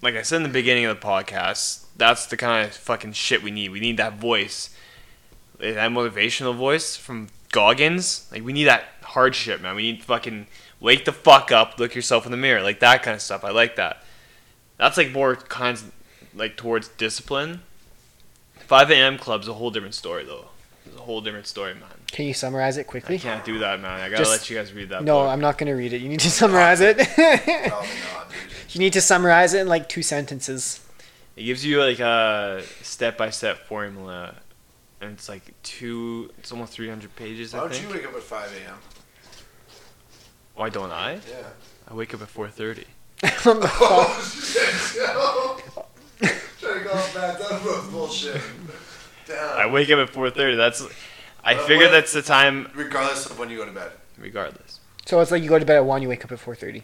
Speaker 3: Like I said in the beginning of the podcast, that's the kind of fucking shit we need. We need that voice, Eh, that motivational voice from Goggins. Like we need that hardship, man. We need fucking wake the fuck up, look yourself in the mirror, like that kind of stuff. I like that. That's like more kinds, like towards discipline. 5 a.m. club's a whole different story though. It's a whole different story, man.
Speaker 4: Can you summarize it
Speaker 3: I
Speaker 4: quickly?
Speaker 3: can't do that, man. I gotta
Speaker 4: Just-
Speaker 3: let you guys read that.
Speaker 4: No,
Speaker 3: book.
Speaker 4: I'm not going to read it. You need to (laughs) summarize it. (laughs)
Speaker 5: Probably not, dude.
Speaker 4: you need to summarize it in like two sentences. (laughs)
Speaker 3: It gives you like a step-by-step formula, and it's like two. It's almost 300 pages.
Speaker 5: Why
Speaker 3: I
Speaker 5: don't you
Speaker 3: think.
Speaker 5: wake up at 5 a.m.?
Speaker 3: Why don't I?
Speaker 5: Yeah.
Speaker 3: I wake up at 4:30.
Speaker 5: (laughs) Oh, shit, yo. Trying to go off that. That was bullshit.
Speaker 3: I
Speaker 5: Damn.
Speaker 3: wake up at 4:30. That's. I
Speaker 5: Well,
Speaker 3: figure
Speaker 5: Uh, what-
Speaker 3: that's the time,
Speaker 5: Regardless of when you go to bed.
Speaker 3: regardless.
Speaker 4: So it's like you go to bed at 1, you wake up at 4.30.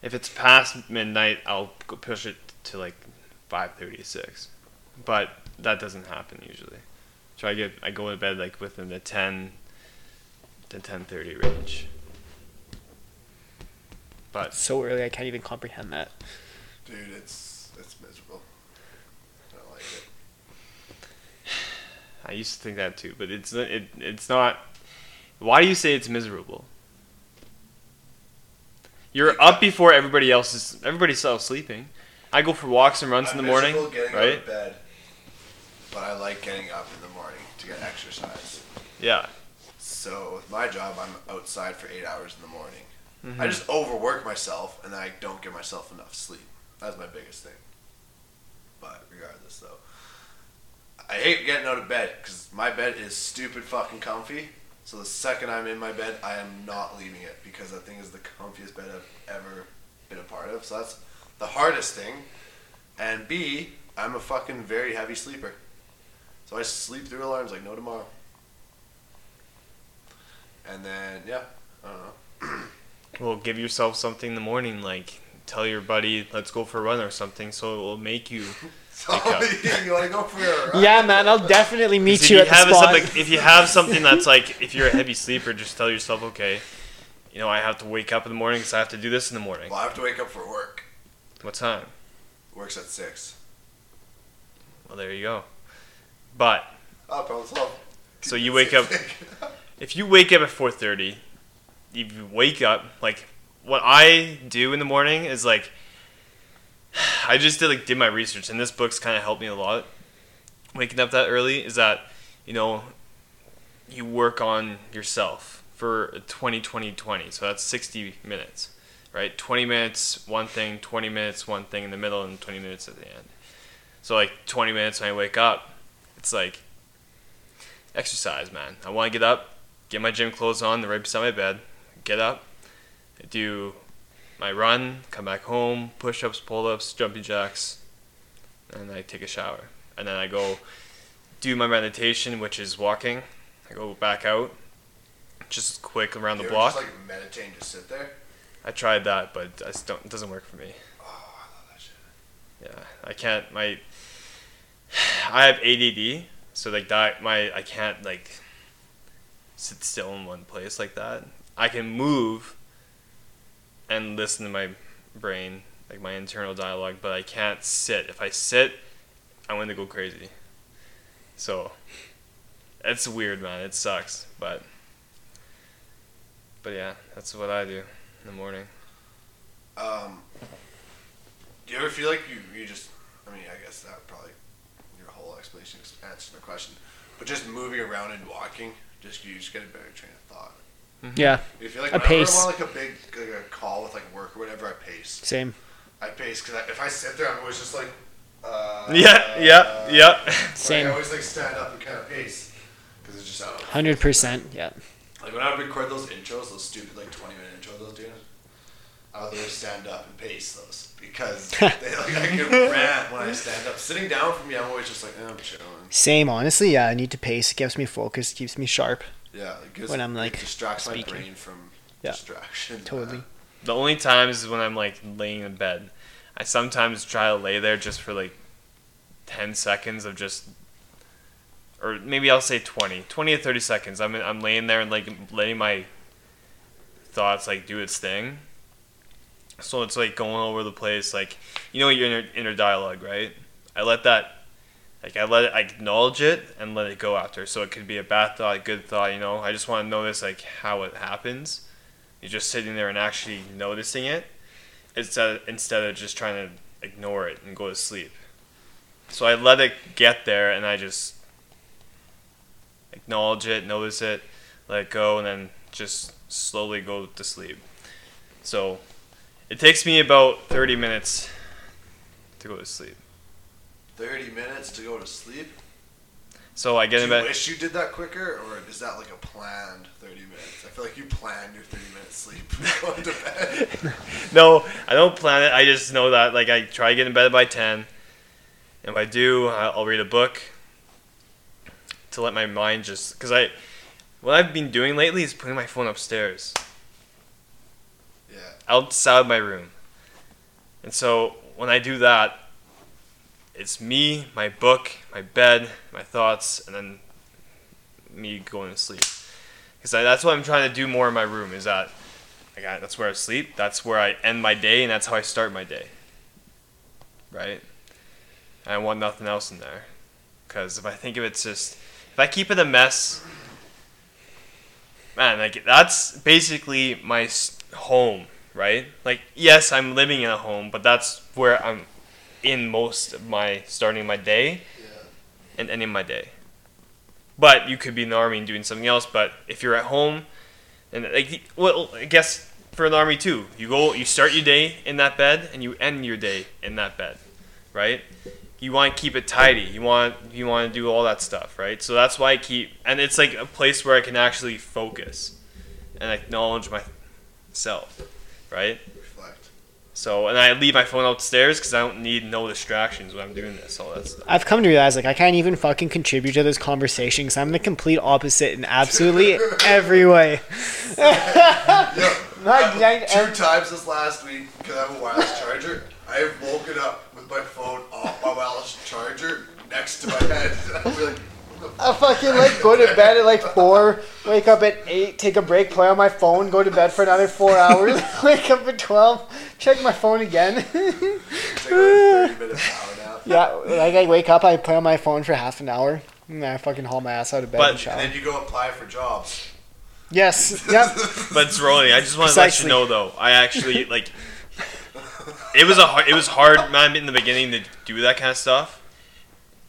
Speaker 3: If it's past midnight, I'll go push it to like 5:36, but that doesn't happen usually. So I get I go to bed like within the 10, the 10:30 range. But
Speaker 4: So early, I can't even comprehend that.
Speaker 5: Dude, it's it's miserable. I don't like it.
Speaker 3: I used to think that too, but it's it, it's not. Why do you say it's miserable? You're up before everybody else is. Everybody's else sleeping. I go for walks and runs
Speaker 5: I'm
Speaker 3: in the morning,
Speaker 5: miserable getting out
Speaker 3: right?
Speaker 5: of bed, but I like getting up in the morning to get exercise.
Speaker 3: Yeah.
Speaker 5: So with my job, I'm outside for eight hours in the morning. I just overwork myself, and I don't give myself enough sleep. That's my biggest thing. But regardless, though, I hate getting out of bed because my bed is stupid fucking comfy. So the second I'm in my bed, I am not leaving it because that thing is the comfiest bed I've ever been a part of. So that's the hardest thing. And B, I'm a fucking very heavy sleeper. So I sleep through alarms like no tomorrow. And then yeah, I don't know. (laughs)
Speaker 3: Well, give yourself something in the morning, like tell your buddy, "Let's go for a run" or something, so it will make you.
Speaker 5: So (laughs) you want to go for
Speaker 3: (laughs)
Speaker 5: a ride?
Speaker 4: Yeah, man, I'll definitely
Speaker 3: 'Cause
Speaker 4: meet
Speaker 3: if
Speaker 4: you
Speaker 3: you
Speaker 4: at the
Speaker 3: have
Speaker 4: spot.
Speaker 3: something, if you have something that's like, if you're a heavy sleeper, just tell yourself, "Okay, you know, I have to wake up in the morning because I have to do this in the morning."
Speaker 5: Well, I have to wake up for work.
Speaker 3: What time?
Speaker 5: Works at six.
Speaker 3: Well, there you go. But
Speaker 5: Oh, problem solved.
Speaker 3: So you wake
Speaker 5: (laughs)
Speaker 3: up- if you wake up at 4.30 if you wake up like what i do in the morning is like (sighs) i just did like did my research and this book's kind of helped me a lot waking up that early is that you know you work on yourself for 20 20 20 so that's 60 minutes right 20 minutes one thing 20 minutes one thing in the middle and 20 minutes at the end so like 20 minutes when i wake up it's like exercise, man. I want to get up, get my gym clothes on, they're right beside my bed. Get up, do my run, come back home, push ups, pull ups, jumping jacks, and I take a shower. And then I go do my meditation, which is walking. I go back out, just quick around the
Speaker 5: You ever
Speaker 3: block.
Speaker 5: Just like meditate and just sit there.
Speaker 3: I tried that, but I just don't, it doesn't work for me.
Speaker 5: Oh, I love that shit.
Speaker 3: Yeah, I can't. My (sighs) I have ADD, so like that. My I can't like sit still in one place like that. I can move and listen to my brain, like my internal dialogue, but I can't sit. If I sit, I'm going to go crazy. So it's weird, man. It sucks, but but yeah, that's what I do in the morning.
Speaker 5: Um, do you ever feel like you you just? I mean, I guess that probably your whole explanation answers my question. But just moving around and walking, just you just get a better train of thought.
Speaker 4: Yeah,
Speaker 5: If you're like,
Speaker 4: A
Speaker 5: whenever
Speaker 4: pace.
Speaker 5: I'm on like a big like, a call with like work or whatever, I pace.
Speaker 4: same.
Speaker 5: I pace because if I sit there, I'm always just like. Uh,
Speaker 3: Yeah, yeah, yeah. (laughs)
Speaker 5: Like, I
Speaker 4: Same.
Speaker 5: always like stand up and kind of pace because it's just I don't know.
Speaker 4: 100%. Yeah.
Speaker 5: Like when I record those intros, those stupid like twenty minute intros, those doing, I would literally stand up and pace those
Speaker 4: (laughs)
Speaker 5: because they, like I can rant when I stand up. Sitting down for me, I'm always just like eh, I'm chilling.
Speaker 4: Same, honestly. Yeah, I need to pace. It keeps me focused, keeps me sharp.
Speaker 5: Yeah, it gives,
Speaker 4: When I'm, like,
Speaker 5: it distracts
Speaker 4: speaking.
Speaker 5: my brain from
Speaker 4: Yeah.
Speaker 5: distraction.
Speaker 4: Totally.
Speaker 3: The only times is when I'm like laying in bed. I sometimes try to lay there just for like 10 seconds of just or maybe I'll say 20, 20 to 30 seconds. I'm I'm laying there and like letting my thoughts like do its thing. So it's like going over the place like you know your inner, inner dialogue, right? I let that like I let it, I acknowledge it and let it go after. So it could be a bad thought, a good thought, you know. I just want to notice like how it happens. You're just sitting there and actually noticing it instead instead of just trying to ignore it and go to sleep. So I let it get there and I just acknowledge it, notice it, let it go, and then just slowly go to sleep. So it takes me about 30 minutes to go to sleep.
Speaker 5: Thirty minutes to go to sleep.
Speaker 3: So I get
Speaker 5: Do
Speaker 3: in
Speaker 5: you
Speaker 3: bed.
Speaker 5: wish you did that quicker, or is that like a planned thirty minutes? I feel like you planned your thirty minutes sleep (laughs) going to bed.
Speaker 3: (laughs) No, I don't plan it. I just know that like I try to get in bed by ten. And if I do, I- I'll read a book to let my mind just because I what I've been doing lately is putting my phone upstairs
Speaker 5: Yeah.
Speaker 3: outside my room. And so when I do that, it's me, my book, my bed, my thoughts, and then me going to sleep. Because that's what I'm trying to do more in my room. Is that I got that's where I sleep. That's where I end my day, and that's how I start my day. Right. I want nothing else in there. Because if I think of it's just if I keep it a mess, man, like that's basically my s- home, right? Like yes, I'm living in a home, but that's where I'm in most of my starting my day and ending my day. But you could be in the army and doing something else. But if you're at home, and like well, I guess for an army too, you go you start your day in that bed and you end your day in that bed, right? You want to keep it tidy. You want you want to do all that stuff, right? So that's why I keep and it's like a place where I can actually focus and acknowledge myself, right?
Speaker 5: Reflect.
Speaker 3: So and I leave my phone upstairs because I don't need no distractions when I'm doing this. All that stuff.
Speaker 4: I've come to realize, like, I can't even fucking contribute to this conversation because I'm the complete opposite in absolutely every way.
Speaker 5: Yeah.
Speaker 4: Not- I-
Speaker 5: Two times this last week because I have a wireless charger. I have woken up with my phone off my wireless charger next to my head. (laughs) I'm like,
Speaker 4: I fucking like go to bed at like four, wake up at eight, take a break, play on my phone, go to bed for another four hours, (laughs) wake up at twelve, check my phone again. (laughs)
Speaker 5: it's like a 30 minute power nap.
Speaker 4: yeah, like I wake up, I play on my phone for half an hour, and then I fucking haul my ass out of bed
Speaker 3: But-
Speaker 4: and shower.
Speaker 5: And then you go apply for jobs.
Speaker 3: (laughs)
Speaker 4: yes, yep.
Speaker 3: But it's rolling. I just want to let you
Speaker 4: Precisely.
Speaker 3: know, though. I actually like. It was a hard, it was hard, man, in the beginning to do that kind of stuff.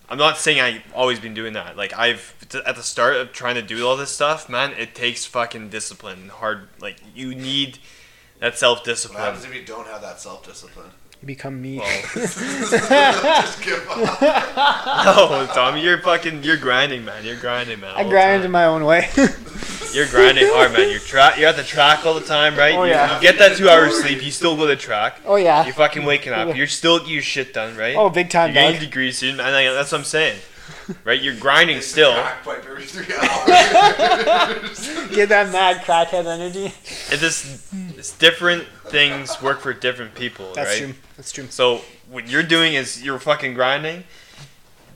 Speaker 3: I'm not saying I've always been doing that. Like I've at the start of trying to do all this stuff, man, it takes fucking discipline, and hard. Like you need that self
Speaker 5: What happens
Speaker 3: discipline.
Speaker 5: if you don't have that self discipline?
Speaker 4: Become me.
Speaker 5: (laughs)
Speaker 3: (laughs)
Speaker 5: Just give up.
Speaker 3: No, Oh, Tommy, you're fucking, you're grinding, man. You're grinding, man. all
Speaker 4: I
Speaker 3: the
Speaker 4: grind in
Speaker 3: time.
Speaker 4: my own way. (laughs)
Speaker 3: You're grinding hard, man. You're tra- You're at the track all the time, right?
Speaker 4: Oh,
Speaker 3: You-
Speaker 4: yeah.
Speaker 3: you get that two hours sleep, you still go to the track.
Speaker 4: oh yeah.
Speaker 3: You're fucking waking up. You're still getting your shit done, right?
Speaker 4: Oh, big time,
Speaker 3: You're getting
Speaker 4: dog.
Speaker 3: degrees soon, and I, that's what I'm saying. Right? You're grinding still.
Speaker 5: Crack pipe every three hours.
Speaker 4: Get that mad crackhead energy.
Speaker 3: (laughs) It just, it's different things work for different people,
Speaker 4: That's
Speaker 3: right?
Speaker 4: true. That's true.
Speaker 3: So what you're doing is you're fucking grinding.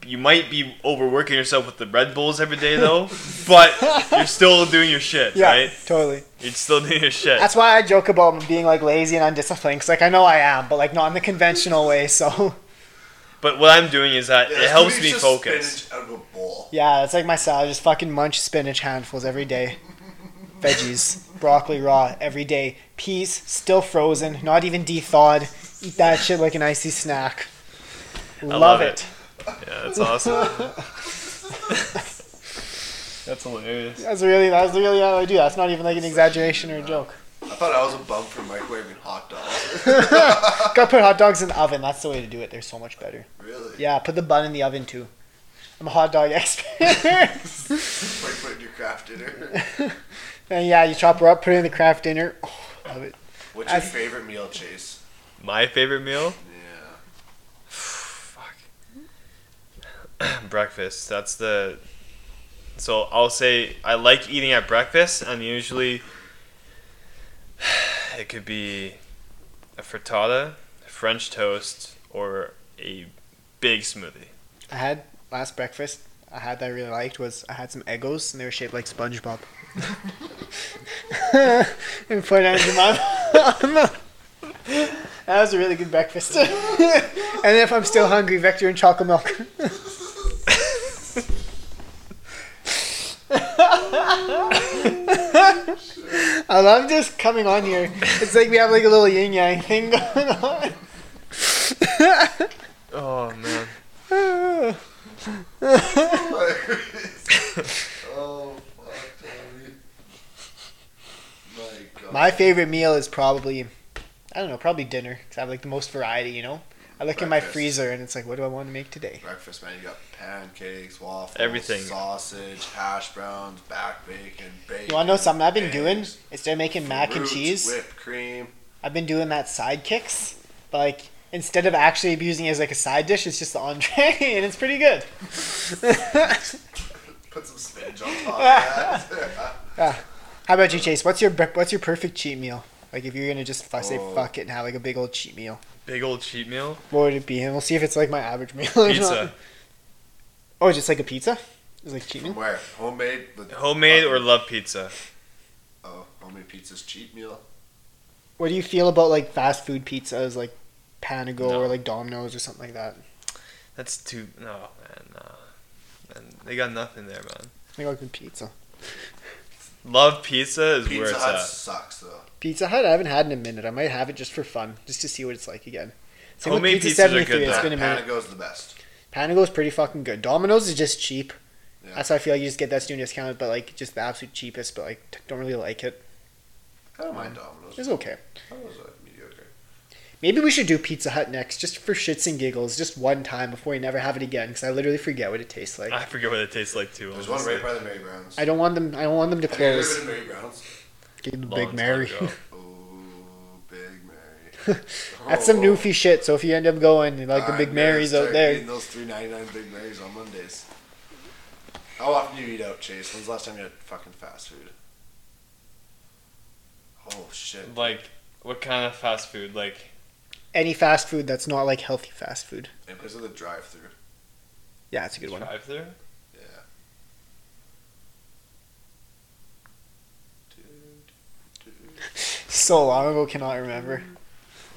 Speaker 3: You might be overworking yourself with the Red Bulls every day
Speaker 4: (laughs)
Speaker 3: though, but you're still doing your shit,
Speaker 4: Yeah,
Speaker 3: right?
Speaker 4: totally.
Speaker 3: You're still doing your shit.
Speaker 4: That's why I joke about being like lazy and undisciplined. Cause like I know I am, but like not in the conventional way. So
Speaker 3: but what I'm doing is that
Speaker 5: Yeah,
Speaker 3: it
Speaker 5: that's
Speaker 3: helps
Speaker 5: when
Speaker 3: me
Speaker 5: you just
Speaker 3: focus.
Speaker 5: Spinach out of a bowl.
Speaker 4: yeah, it's like my salad. I Just fucking munch spinach handfuls every day. Veggies, broccoli raw every day. Peas still frozen, not even thawed. Eat that shit like an icy snack. Love,
Speaker 3: love
Speaker 4: it.
Speaker 3: (laughs) Yeah, that's awesome. That's hilarious.
Speaker 4: That's really that's really how I do. That's not even like an exaggeration or a joke.
Speaker 5: I thought I was a bum for microwaving hot dogs.
Speaker 4: Gotta put hot dogs in the oven. That's the way to do it. They're so much better.
Speaker 5: really?
Speaker 4: Yeah, put the bun in the oven too. I'm a hot dog (laughs) expert.
Speaker 5: Like putting your
Speaker 4: (laughs)
Speaker 5: craft dinner.
Speaker 4: and yeah, you chop her up, put it in the craft dinner. Oh, love it.
Speaker 5: What's your
Speaker 4: I've-
Speaker 5: favorite meal, Chase?
Speaker 3: My favorite meal?
Speaker 5: Yeah.
Speaker 3: Fuck. (clears throat) breakfast. That's the. So I'll say I like eating at breakfast, and usually (sighs) it could be a frittata, French toast, or a big smoothie.
Speaker 4: I had last breakfast. I had that I really liked was I had some egos and they were shaped like SpongeBob. (laughs) and put it in your mouth. that was a really good breakfast. (laughs) and if I'm still hungry, Vector and chocolate milk. (laughs) I love just coming on here. It's like we have like a little yin yang thing (laughs) going on.
Speaker 3: Oh man.
Speaker 5: (laughs) oh fuck, Tommy. My God.
Speaker 4: My favorite meal is probably, I don't know, probably dinner 'cause I have like the most variety. You know, I look in my
Speaker 5: Breakfast.
Speaker 4: freezer and it's like, what do I want to make today?
Speaker 5: Breakfast, man. You got pancakes, waffles,
Speaker 3: Everything.
Speaker 5: sausage, hash browns, back bacon, bacon.
Speaker 4: You want to know something I've been doing?
Speaker 5: eggs,
Speaker 4: Instead of making mac and
Speaker 5: fruits,
Speaker 4: cheese,
Speaker 5: whipped cream. (laughs)
Speaker 4: I've been doing that sidekicks. But like instead of actually abusing it as like a side dish, it's just the entree, (laughs) and it's pretty good.
Speaker 5: Put some
Speaker 4: (laughs)
Speaker 5: spinach on top of that. (laughs)
Speaker 4: How about you, Chase? What's your bre- what's your perfect cheat meal? Like if you're gonna just fu- say
Speaker 5: Oh.
Speaker 4: fuck it and have like a big old cheat meal,
Speaker 3: Big old cheat meal?
Speaker 4: what would it be? And we'll see if it's like my average meal. or not.
Speaker 3: Pizza.
Speaker 4: Oh, just like a pizza. It's like cheat
Speaker 5: From
Speaker 4: meal.
Speaker 5: where? Homemade. With uh,
Speaker 3: Homemade or love pizza?
Speaker 5: Oh, homemade pizza's cheat meal.
Speaker 4: What do you feel about like fast food pizzas, like Panago
Speaker 3: No.
Speaker 4: or like Domino's or something like that?
Speaker 3: That's too no man, no. Man, they got nothing there, man.
Speaker 4: I like good pizza.
Speaker 3: Love pizza is where
Speaker 5: Pizza
Speaker 3: it's
Speaker 5: Hut
Speaker 3: at.
Speaker 5: sucks though.
Speaker 4: Pizza Hut, I haven't had in a minute. I might have it just for fun, just to see what it's like again. Same with
Speaker 3: Homemade
Speaker 4: Pizza
Speaker 3: pizzas are good,
Speaker 4: 73. It's
Speaker 3: though.
Speaker 4: been a minute.
Speaker 5: Panago's the best.
Speaker 4: Panago's pretty fucking good. Domino's is just cheap.
Speaker 5: Yeah.
Speaker 4: That's how I feel. You just get that student discount, but like just the absolute cheapest. But like, t- don't really like it.
Speaker 5: I don't mind Domino's.
Speaker 4: It's okay.
Speaker 5: Domino's are mediocre.
Speaker 4: Maybe we should do Pizza Hut next, just for shits and giggles, just one time before we never have it again. Because I literally forget what it tastes like.
Speaker 3: I forget what it tastes like too.
Speaker 5: There's one right
Speaker 3: honestly.
Speaker 5: by the Mary Browns.
Speaker 4: I don't want them. I don't want them to
Speaker 5: Have you ever been
Speaker 4: close.
Speaker 5: to Mary Browns?
Speaker 4: Get the
Speaker 3: Long
Speaker 4: Big
Speaker 3: time
Speaker 4: Mary.
Speaker 3: ago.
Speaker 5: Oh, Big Mary.
Speaker 4: (laughs) That's some
Speaker 5: Oh.
Speaker 4: newfie shit. So if you end up going like the
Speaker 5: I'm
Speaker 4: Big
Speaker 5: gonna
Speaker 4: Marys out
Speaker 5: start
Speaker 4: there,
Speaker 5: eating those three ninety nine Big Marys on Mondays. How often do you eat out, Chase? When's the last time you had fucking fast food? Oh shit!
Speaker 3: (laughs) Like, what kind of fast food? Like,
Speaker 4: any fast food that's not like healthy fast food.
Speaker 5: And place of the drive through.
Speaker 4: Yeah, it's a good one. (laughs)
Speaker 3: drive through?
Speaker 5: Yeah. Dude,
Speaker 4: So long ago, cannot remember.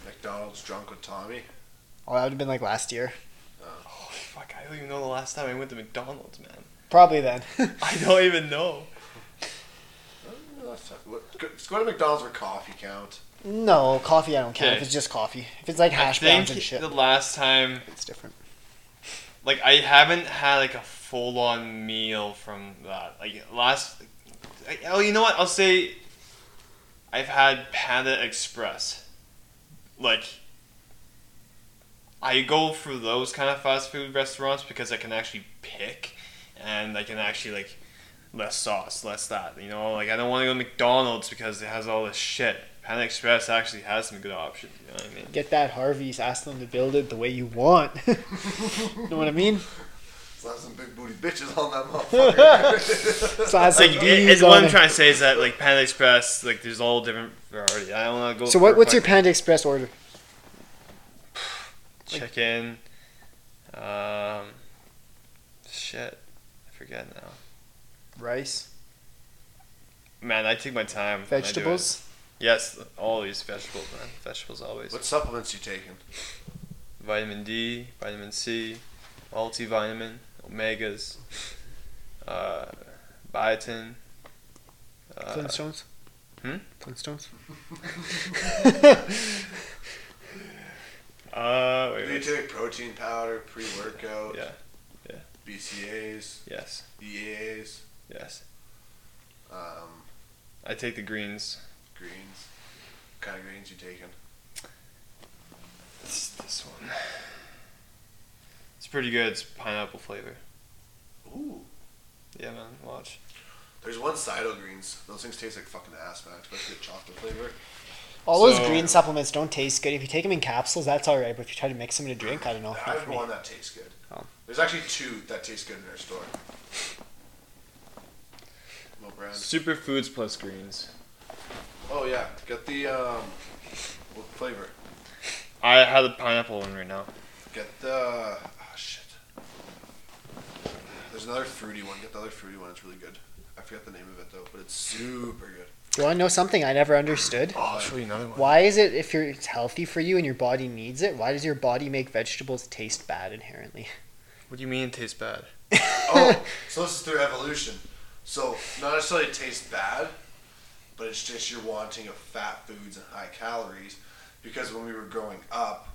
Speaker 5: McDonald's drunk with Tommy.
Speaker 4: Oh, that would have been like last year.
Speaker 3: Oh, fuck, I don't even know the last time I went to McDonald's, man.
Speaker 4: Probably then.
Speaker 3: I don't even know.
Speaker 5: Oh, that's tough. What- go- Let's go to McDonald's for coffee count.
Speaker 4: no, coffee I don't care if
Speaker 3: Okay.
Speaker 4: it's just coffee. If it's like hash
Speaker 3: I think
Speaker 4: browns and shit,
Speaker 3: the last time,
Speaker 4: it's different.
Speaker 3: like, I haven't had, like, a full on meal from that. Like, last. I, oh, you know what? I'll say I've had Panda Express. Like, I go for those kind of fast food restaurants because I can actually pick and I can actually like less sauce, less that. You know, like I don't want to go to McDonald's because it has all this shit. Panda Express actually has some good options. You know what I mean?
Speaker 4: Get that Harvey's. Ask them to build it the way you want. (laughs) know what I mean?
Speaker 5: Slap some big booty bitches on that
Speaker 4: (laughs)
Speaker 5: motherfucker.
Speaker 4: So that's
Speaker 3: Like
Speaker 4: like
Speaker 3: it- it's
Speaker 4: V's
Speaker 3: what
Speaker 4: on
Speaker 3: I'm
Speaker 4: it.
Speaker 3: trying to say is that like Panda Express, like there's all different variety. I don't want to go.
Speaker 4: So
Speaker 3: for
Speaker 4: what, what's your
Speaker 3: fucking
Speaker 4: Panda Express order?
Speaker 3: chicken? Um, shit, I forget now.
Speaker 4: Rice,
Speaker 3: Man, I take my time. when I do it.
Speaker 4: vegetables.
Speaker 3: Yes, all these vegetables, man. Vegetables always.
Speaker 5: what supplements you taking?
Speaker 3: vitamin D, vitamin C, multivitamin, omegas, uh, biotin.
Speaker 4: (laughs)
Speaker 3: Uh,
Speaker 4: Flintstones.
Speaker 3: hmm?
Speaker 4: Flintstones.
Speaker 3: uh, wait,
Speaker 5: Do you
Speaker 3: wait.
Speaker 5: take protein powder, pre workout,
Speaker 3: Yeah.
Speaker 5: BCAs,
Speaker 3: Yes.
Speaker 5: EAs?
Speaker 3: Yes.
Speaker 5: E Um,
Speaker 3: I take the greens.
Speaker 5: greens. What kind of greens you taking?
Speaker 3: This, this one. It's pretty good. It's pineapple flavor.
Speaker 5: Ooh.
Speaker 3: Yeah, man. Watch.
Speaker 5: There's one Cido greens. Those things taste like fucking ass, man. Especially the chocolate flavor.
Speaker 4: All those
Speaker 3: So-
Speaker 4: green supplements don't taste good. If you take them in capsules, that's all right. But if you try to mix them in a drink, I don't know.
Speaker 5: I
Speaker 4: Not for
Speaker 5: have
Speaker 4: Oh, me.
Speaker 5: one that tastes good.
Speaker 4: Oh.
Speaker 5: There's actually two that taste good in our store. What brand?
Speaker 3: Superfoods plus greens.
Speaker 5: Oh yeah, get the um, what flavor?
Speaker 3: I have the pineapple one right now.
Speaker 5: Get the oh shit. There's another fruity one. Get the other fruity one. It's really good. I forget the name of it though, but it's super good.
Speaker 4: Do you want to know something I never understood?
Speaker 3: Oh, I'll show you another one.
Speaker 4: Why is it if you're it's healthy for you and your body needs it? Why does your body make vegetables taste bad inherently?
Speaker 3: What do you mean it tastes bad?
Speaker 5: Oh, so this is through evolution. So not necessarily it tastes bad, but it's just you're wanting of fat foods and high calories, because when we were growing up,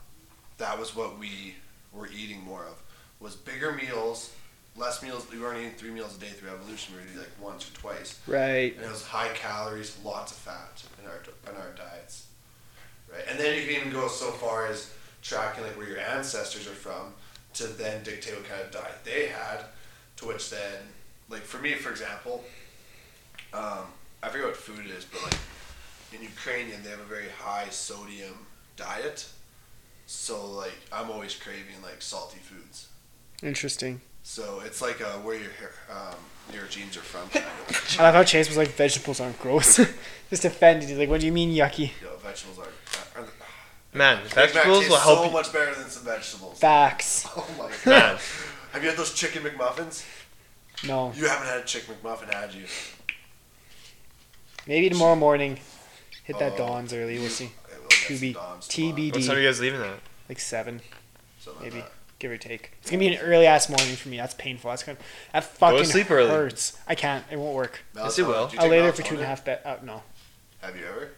Speaker 5: that was what we were eating more of was bigger meals, less meals. We weren't eating three meals a day through evolution. We were eating like once or twice,
Speaker 4: Right.
Speaker 5: and it was high calories, lots of fat in our in our diets, right? And then you can even go so far as tracking like where your ancestors are from to then dictate what kind of diet they had to which then, like for me, for example, um, I forget what food it is, but like in Ukrainian, they have a very high sodium diet. So like I'm always craving like salty foods.
Speaker 4: Interesting.
Speaker 5: So it's like uh, where your hair, um, your genes are from. Kind of.
Speaker 4: I love how Chase was like, vegetables aren't gross. (laughs) Just offended. He's like, what do you mean yucky?
Speaker 5: You know, vegetables are. are
Speaker 3: Man,
Speaker 5: Big Mac
Speaker 3: vegetables
Speaker 5: tastes
Speaker 3: will help
Speaker 5: so
Speaker 3: you.
Speaker 5: much better than some vegetables.
Speaker 4: Facts.
Speaker 5: Oh
Speaker 3: (laughs)
Speaker 5: my
Speaker 3: Man,
Speaker 5: god! have you had those chicken McMuffins?
Speaker 4: No.
Speaker 5: You haven't had a chicken McMuffin, had you?
Speaker 4: Maybe tomorrow morning. Hit that
Speaker 5: Oh.
Speaker 4: dawn's early. We'll see.
Speaker 5: Okay, we'll get some
Speaker 4: TB.
Speaker 5: Dom's
Speaker 4: TB.
Speaker 5: tomorrow,
Speaker 3: what time are you guys leaving at?
Speaker 4: Like seven,
Speaker 5: something like
Speaker 4: maybe.
Speaker 5: that.
Speaker 4: Give or take. It's gonna be an early ass morning for me. That's painful. That's gonna. That fucking
Speaker 3: sleep early.
Speaker 4: hurts. I can't. It won't work.
Speaker 3: Yes, it
Speaker 5: Melatonin,
Speaker 3: will.
Speaker 5: do uh, you
Speaker 4: I'll
Speaker 5: take
Speaker 4: lay there for two
Speaker 5: melatonin?
Speaker 4: and a half. Be- uh, no.
Speaker 5: Have you ever?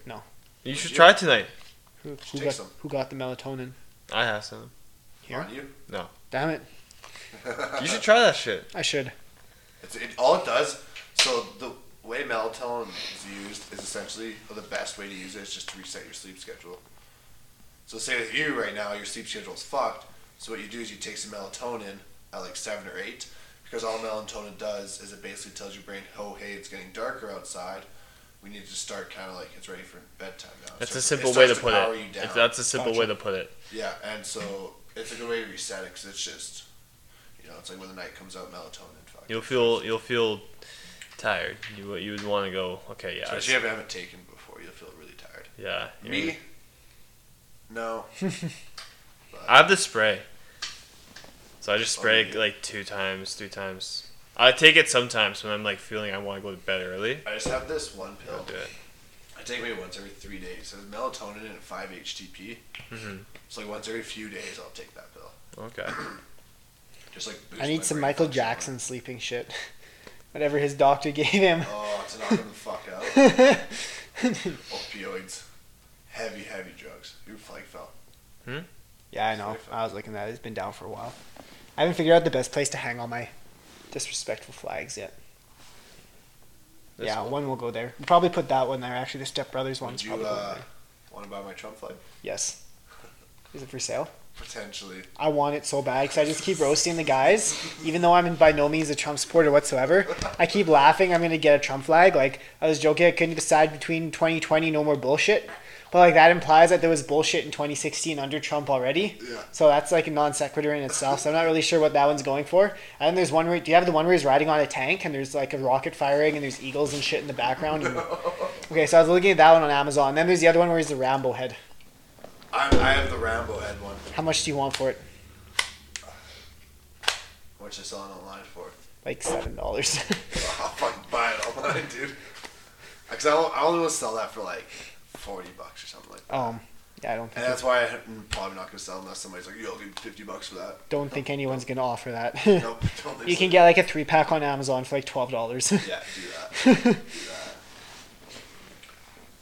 Speaker 3: You should
Speaker 5: You.
Speaker 3: try it tonight.
Speaker 4: Who, who
Speaker 5: take
Speaker 4: got
Speaker 5: some.
Speaker 4: who got the melatonin?
Speaker 3: I have some.
Speaker 4: Here?
Speaker 5: On you?
Speaker 4: Damn it.
Speaker 3: You should try that shit.
Speaker 4: I should.
Speaker 5: It's, it, all it does, so the way melatonin is used is essentially or the best way to use it is just to reset your sleep schedule. So say with you right now, your sleep schedule's fucked. So what you do is you take some melatonin at like seven or eight, because all melatonin does is it basically tells your brain, oh hey, it's getting darker outside. We need to start kind of like it's ready for bedtime now. It
Speaker 3: That's a
Speaker 5: starts-
Speaker 3: simple way to
Speaker 5: starts
Speaker 3: put
Speaker 5: power
Speaker 3: it.
Speaker 5: you down.
Speaker 3: If that's a simple
Speaker 4: Gotcha.
Speaker 3: way to put it.
Speaker 5: Yeah, and so it's a good way to reset it because it's just, you know, it's like when the night comes out, melatonin. Fuck.
Speaker 3: You'll feel you'll feel tired. You you would want to go. Okay, yeah, I
Speaker 5: Especially if you haven't taken before, you'll feel really tired.
Speaker 3: s- yeah. you're-
Speaker 5: Me? No.
Speaker 3: I have the spray. So I just
Speaker 5: Oh,
Speaker 3: spray
Speaker 5: yeah.
Speaker 3: it like two times, three times. I take it sometimes when I'm like feeling I want to go to bed early.
Speaker 5: I just have this one
Speaker 3: I'll
Speaker 5: pill.
Speaker 3: do it.
Speaker 5: I take maybe once every three days. There's melatonin and 5-HTP.
Speaker 3: Mhm.
Speaker 5: So like once every few days, I'll take that pill.
Speaker 3: Okay.
Speaker 5: Just like. boost
Speaker 4: I need
Speaker 5: my
Speaker 4: some
Speaker 5: brain
Speaker 4: Michael
Speaker 5: function.
Speaker 4: Jackson sleeping shit. (laughs) Whatever his doctor (laughs) gave him.
Speaker 5: Oh, to knock him the fuck
Speaker 4: (laughs)
Speaker 5: out.
Speaker 4: yeah,
Speaker 5: Opioids, heavy, heavy drugs. You're like fell.
Speaker 4: I know. I was looking at it. It's been down for a while. I haven't figured out the best place to hang all my disrespectful flags yet.
Speaker 3: This
Speaker 4: yeah, one. will go there. We'll probably put that one there. Actually, the Step Brothers one's
Speaker 5: Would you
Speaker 4: probably going
Speaker 5: uh,
Speaker 4: there.
Speaker 5: want to buy my Trump flag?
Speaker 4: Yes. Is it for sale?
Speaker 5: Potentially.
Speaker 4: I want it so bad because I just keep roasting the guys, even though I'm by no means a Trump supporter whatsoever. I keep laughing. I'm gonna get a Trump flag. Like I was joking, I couldn't decide between 2020 no more bullshit, but like that implies that there was bullshit in 2016 under Trump already.
Speaker 5: Yeah.
Speaker 4: So that's like a non sequitur in itself. So I'm not really sure what that one's going for. And then there's one where do you have the one where he's riding on a tank and there's like a rocket firing and there's eagles and shit in the background. And- okay, so I was looking at that one on Amazon. then there's the other one where he's the Rambo head.
Speaker 5: I, I have the Rambo head one,
Speaker 4: How much do you want for it?
Speaker 5: which I saw online for.
Speaker 4: Like seven dollars. (laughs)
Speaker 5: I'll fucking buy it online, (laughs) dude. Cause I only- I only want to sell that for like forty bucks or something like. that.
Speaker 4: um. Yeah, I don't think
Speaker 5: And that's why I'm probably not gonna sell unless somebody's like, "Yo, I'll give you fifty bucks for that."
Speaker 4: Don't think anyone's gonna offer that. (laughs)
Speaker 5: Nope, (laughs) don't think
Speaker 4: you
Speaker 5: so.
Speaker 4: can get like a three pack on Amazon for like twelve dollars. (laughs)
Speaker 5: Yeah, do that.
Speaker 4: Why
Speaker 5: do that.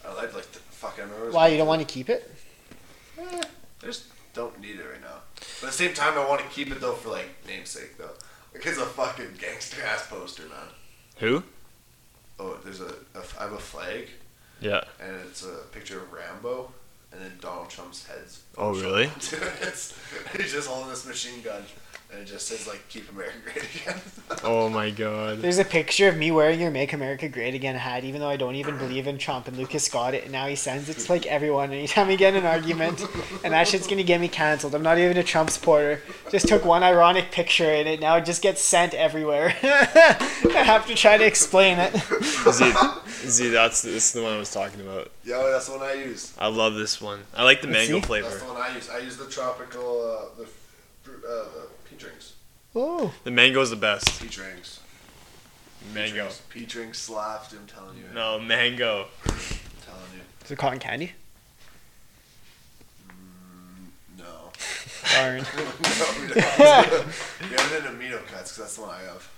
Speaker 5: I like like the fuck. I remember.
Speaker 4: you don't want to keep it?
Speaker 5: I just don't need it right now. But at the same time, I want to keep it though for like namesake though. Like it's a fucking gangster ass poster, man.
Speaker 3: Who?
Speaker 5: Oh, there's a, a I have a flag,
Speaker 3: Yeah.
Speaker 5: and it's a picture of Rambo, and then Donald Trump's head's
Speaker 3: Oh, really?
Speaker 5: (laughs) to it. He's just holding this machine gun, and it just says like "Keep America Great Again." (laughs)
Speaker 3: Oh my god.
Speaker 4: There's a picture of me wearing your Make America Great Again hat, even though I don't even believe in Trump, and Lucas got it, and now he sends it to like everyone anytime we get in an argument, and that shit's gonna get me cancelled. I'm not even a Trump supporter. Just took one ironic picture, and it now just gets sent everywhere. (laughs) I have to try to explain it.
Speaker 3: Z, Z, that's this is the one I was talking about.
Speaker 5: Yo, that's the one I use.
Speaker 3: I love this one. I like the mango
Speaker 4: see?
Speaker 5: That's
Speaker 3: flavor.
Speaker 5: the one I use. I use the tropical uh, the fruit, uh, the peach rings.
Speaker 4: Oh,
Speaker 3: The mango is the best.
Speaker 5: Peach rings.
Speaker 3: Mango.
Speaker 5: Peach rings slapped. I'm telling you.
Speaker 3: No, mango.
Speaker 5: I'm telling you.
Speaker 4: is it cotton candy?
Speaker 5: (laughs) No.
Speaker 4: Darn.
Speaker 5: no, (laughs) we don't. yeah, and then amino cuts, 'cause that's the one I have.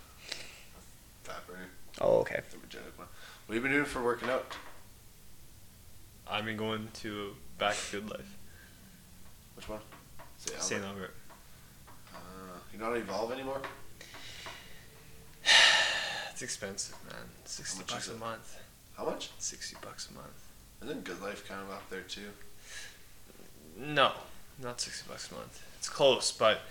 Speaker 5: Fat burning,
Speaker 4: Oh, okay.
Speaker 5: the regenetic one. What have you been doing for working out?
Speaker 3: I've been going to back to good life.
Speaker 5: Which one? Say Albert.
Speaker 3: St. Albert.
Speaker 5: Uh, you're not evolve anymore.
Speaker 3: It's expensive, man. Sixty
Speaker 5: much
Speaker 3: bucks
Speaker 5: is
Speaker 3: a
Speaker 5: it?
Speaker 3: month.
Speaker 5: How much?
Speaker 3: Sixty bucks a month.
Speaker 5: Isn't Good Life kind of up there too?
Speaker 3: No, not sixty bucks a month. It's close, but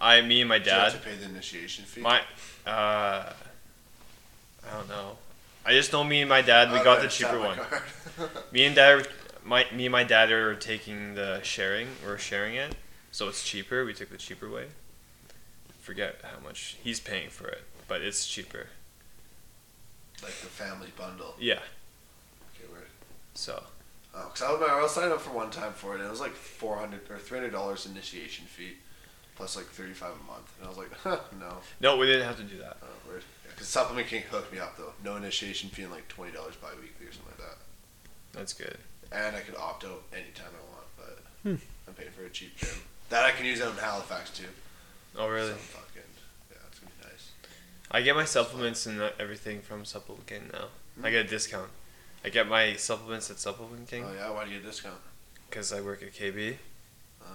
Speaker 3: I, me and my
Speaker 5: Do you have
Speaker 3: dad,
Speaker 5: to pay the initiation fee.
Speaker 3: my, uh, I don't know. I just know me and my dad. We
Speaker 5: Oh,
Speaker 3: got the
Speaker 5: there, it's at
Speaker 3: cheaper
Speaker 5: my
Speaker 3: one.
Speaker 5: card.
Speaker 3: (laughs) Me and dad, were- my me and my dad are taking the sharing. We're sharing it, so it's cheaper. We took the cheaper way. Forget how much he's paying for it, but it's cheaper.
Speaker 5: like the family bundle.
Speaker 3: Yeah.
Speaker 5: Okay, weird.
Speaker 3: So
Speaker 5: Oh, 'cause I remember I was signed up for one time for it, and it was like four hundred or three hundred dollars initiation fee, plus like thirty five a month, and I was like, (laughs) huh, no,
Speaker 3: no, we didn't have to do that.
Speaker 5: oh, weird. Because Supplement King hooked me up though, no initiation fee and like twenty dollars biweekly or something like that,
Speaker 3: That's good.
Speaker 5: and I could opt out anytime I want, but I'm paying for a cheap gym that I can use out in Halifax too.
Speaker 3: Oh really?
Speaker 5: So fucking yeah, it's gonna be nice.
Speaker 3: I get my supplements and uh, everything from Supplement King now. I get a discount. I get my supplements at Supplement King
Speaker 5: Oh yeah, why do you get a discount?
Speaker 3: because I work at KB,
Speaker 5: Uh,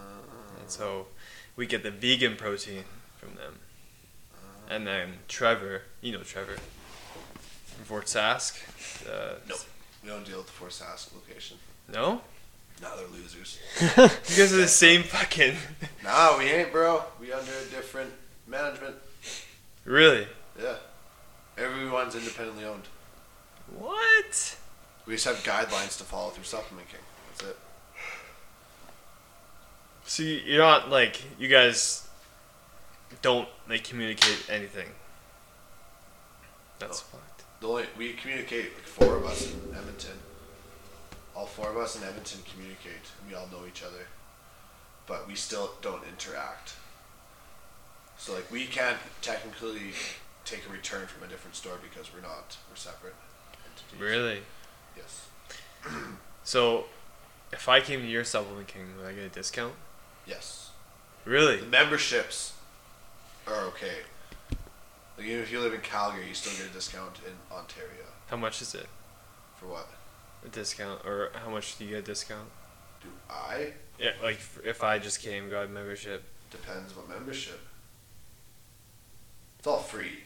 Speaker 3: and so we get the vegan protein from them. And then Trevor, you know Trevor from Fort Sask. Uh,
Speaker 5: No. we don't deal with the Force Sask location.
Speaker 3: No?
Speaker 5: Now they're losers.
Speaker 3: You guys are the same fucking. (laughs)
Speaker 5: Nah, we ain't, bro. We under a different management.
Speaker 3: Really?
Speaker 5: Yeah. Everyone's independently owned.
Speaker 3: What?
Speaker 5: We just have guidelines to follow through supplement king. That's it.
Speaker 3: So you- you're not like you guys don't like communicate anything. That's fucked.
Speaker 5: The only we communicate like four of us in Edmonton. All four of us in Edmonton communicate. We all know each other. But we still don't interact. So like we can't technically take a return from a different store because we're not we're separate entities.
Speaker 3: Really?
Speaker 5: Yes.
Speaker 3: So if I came to your Supplement King, would I get a discount?
Speaker 5: Yes.
Speaker 3: Really?
Speaker 5: The memberships are okay. Like even if you live in Calgary, you still get a discount in Ontario.
Speaker 3: How much is it?
Speaker 5: For what?
Speaker 3: A discount, or how much do you get a discount?
Speaker 5: Do I?
Speaker 3: Yeah, like f- if I just came, got a membership.
Speaker 5: Depends what membership. It's all free,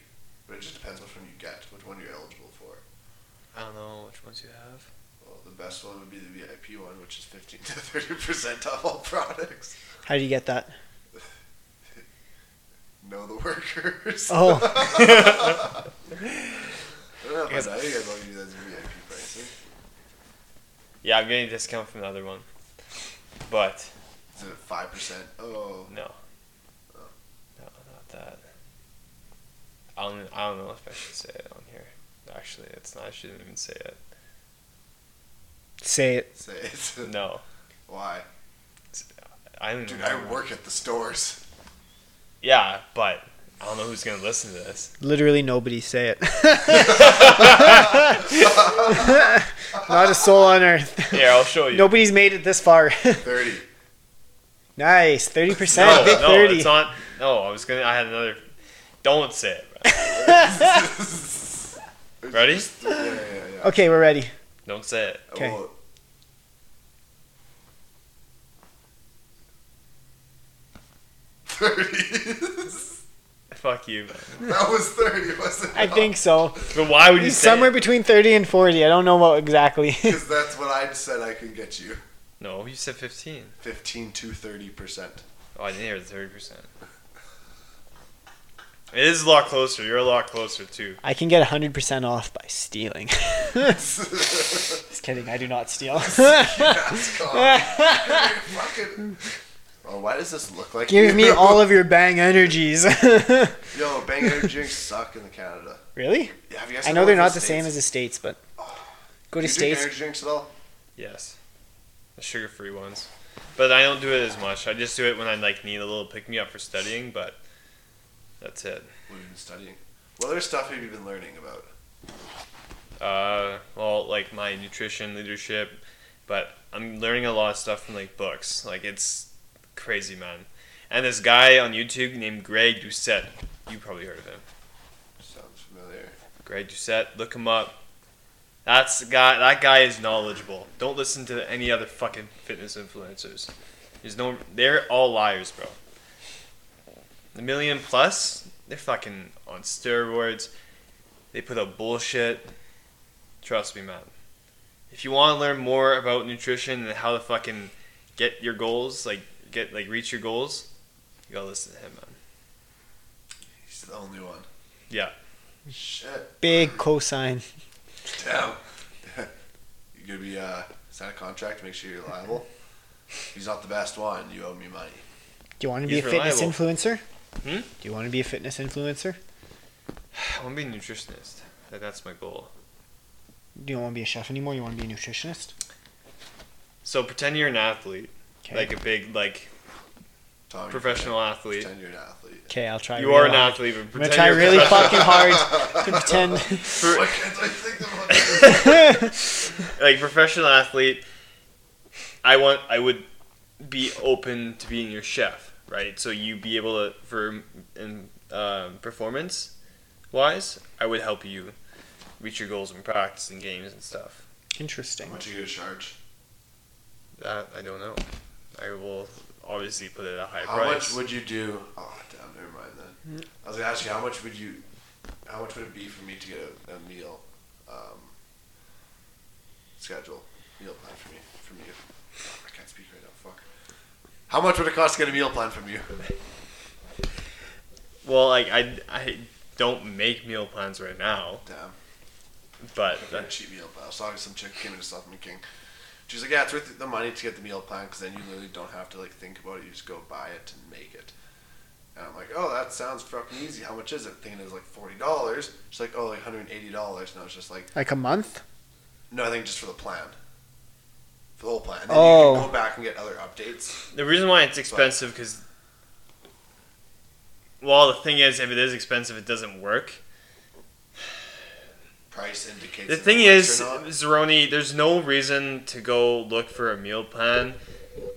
Speaker 5: but it just depends which one you get, which one you're eligible for.
Speaker 3: I don't know which ones you have.
Speaker 5: Well, the best one would be the VIP one, which is 15 to 30% off all products. (laughs)
Speaker 4: How do you get that?
Speaker 5: Know the workers. (laughs)
Speaker 4: Oh.
Speaker 5: I don't know if I know you guys want to do that as VIP pricing.
Speaker 3: (laughs) Yeah, I'm getting a discount from the other one, but
Speaker 5: Is it 5%? Oh,
Speaker 3: no, no, not that. I don't, I don't know if I should say it on here. Actually, it's not. I shouldn't even say it.
Speaker 4: Say it.
Speaker 5: say it.
Speaker 3: No,
Speaker 5: Why?
Speaker 3: I don't.
Speaker 5: Dude,
Speaker 3: even
Speaker 5: I
Speaker 3: know.
Speaker 5: work at the stores.
Speaker 3: Yeah, but I don't know who's gonna listen to this.
Speaker 4: Literally nobody say it. (laughs) Not a soul on earth.
Speaker 3: Here, I'll show you.
Speaker 4: Nobody's made it this far. (laughs)
Speaker 5: 30.
Speaker 4: nice, thirty
Speaker 3: no,
Speaker 4: percent.
Speaker 3: no,
Speaker 4: (laughs) thirty.
Speaker 3: it's not. No, I was gonna. I had another. Don't say it. bro. Ready?
Speaker 5: Yeah, yeah, yeah.
Speaker 4: Okay, we're ready.
Speaker 3: Don't say it.
Speaker 4: Okay.
Speaker 5: Well, Thirty.
Speaker 3: Fuck you. man.
Speaker 5: (laughs) That was 30, wasn't it?
Speaker 4: I think so.
Speaker 3: But why would you say
Speaker 4: Somewhere
Speaker 3: it?
Speaker 4: between 30 and 40. I don't know what exactly. (laughs)
Speaker 5: Because that's what I said I could get you.
Speaker 3: No, you said 15.
Speaker 5: 15 to 30%.
Speaker 4: (laughs)
Speaker 5: (laughs)
Speaker 3: Oh, I didn't hear the 30%. It is a lot closer. You're a lot closer, too.
Speaker 4: I can get 100% off by stealing. (laughs) Just kidding. I do not steal. (laughs)
Speaker 5: That's gone. Fucking. Oh, why does this look like
Speaker 4: Give me
Speaker 5: you?
Speaker 4: all of your bang energies. (laughs)
Speaker 5: (laughs) Yo, Bang Energy drinks suck in the Canada.
Speaker 4: really?
Speaker 5: Yeah, have you guys
Speaker 4: I
Speaker 5: had
Speaker 4: know
Speaker 5: one
Speaker 4: they're
Speaker 5: in
Speaker 4: not the same
Speaker 5: States?
Speaker 4: as the States, Oh, but go to
Speaker 5: Do you drink
Speaker 4: States.
Speaker 5: energy drinks at all?
Speaker 3: Yes. The sugar free ones. But I don't do it as much. I just do it when I like need a little pick me up for studying, but that's it.
Speaker 5: What have you been studying? What other stuff have you been learning about?
Speaker 3: Uh, well, like my nutrition leadership, but I'm learning a lot of stuff from like books. Like it's crazy, man. And this guy on YouTube named Greg Doucette. You probably heard of him.
Speaker 5: Sounds familiar.
Speaker 3: Greg Doucette, look him up. That's the guy. That guy is knowledgeable. Don't listen to any other fucking fitness influencers. There's no. They're all liars, bro. The million plus, they're fucking on steroids. They put up bullshit. Trust me, man. If you want to learn more about nutrition and how to fucking get your goals, like get like reach your goals, you gotta listen to him, man.
Speaker 5: He's the only one.
Speaker 3: Yeah.
Speaker 5: Shit.
Speaker 4: Big cosine.
Speaker 5: Damn. (laughs) you gonna be uh sign a contract, make sure you're liable. If he's not the best one, you owe me money.
Speaker 4: Do you want to be
Speaker 3: He's
Speaker 4: a fitness
Speaker 3: reliable.
Speaker 4: influencer?
Speaker 3: Hmm?
Speaker 4: Do you want to be a fitness influencer?
Speaker 3: I want to be a nutritionist. That- That's my goal.
Speaker 4: Do you want to be a chef anymore? You want to be a nutritionist?
Speaker 3: So pretend you're an athlete,
Speaker 4: Okay.
Speaker 3: like a big like
Speaker 5: Tommy
Speaker 3: professional athlete.
Speaker 5: Pretend you're an athlete. (laughs)
Speaker 4: okay, I'll try.
Speaker 3: You
Speaker 4: real
Speaker 3: are an
Speaker 4: hard.
Speaker 3: athlete, but
Speaker 4: I'm gonna
Speaker 3: pretend
Speaker 4: try
Speaker 3: you're
Speaker 4: really
Speaker 3: professional.
Speaker 4: fucking hard to
Speaker 3: (laughs)
Speaker 4: pretend.
Speaker 5: Why
Speaker 3: For,
Speaker 5: can't I think
Speaker 3: (laughs)
Speaker 5: of one?
Speaker 3: (laughs) like professional athlete, I want I would be open to being your chef, right? So you be able to for in um performance wise, I would help you reach your goals in practice and games and stuff.
Speaker 5: How
Speaker 4: Interesting.
Speaker 5: much are you gonna charge?
Speaker 3: That I don't know. I will obviously put it at a high
Speaker 5: How
Speaker 3: price.
Speaker 5: much would you do? Oh damn, never mind then. I was gonna ask you how much would you, how much would it be for me to get a, a meal, um, schedule, meal plan for me from you? I can't speak right now. Fuck. How much would it cost to get a meal plan from you?
Speaker 3: well, like I I don't make meal plans right now,
Speaker 5: Damn.
Speaker 3: but
Speaker 5: I got a cheap meal plan. I was talking to some chick came into Supplement King. She's like, yeah, it's worth the money to get the meal plan because then you literally don't have to like think about it. You just go buy it and make it. And I'm like, oh, that sounds fucking easy. How much is it? Thinking it was like forty dollars. She's like, oh, like hundred and eighty dollars. And I was just like,
Speaker 4: Like a month?
Speaker 5: no, I think just for the plan, for the whole plan. And then you
Speaker 4: Oh.
Speaker 5: can go back and get other updates.
Speaker 3: The reason why it's expensive because, well, the thing is, if it is expensive, it doesn't work.
Speaker 5: Price indicates.
Speaker 3: The
Speaker 5: if it
Speaker 3: thing
Speaker 5: works
Speaker 3: is,
Speaker 5: or not.
Speaker 3: Zeroni, there's no reason to go look for a meal plan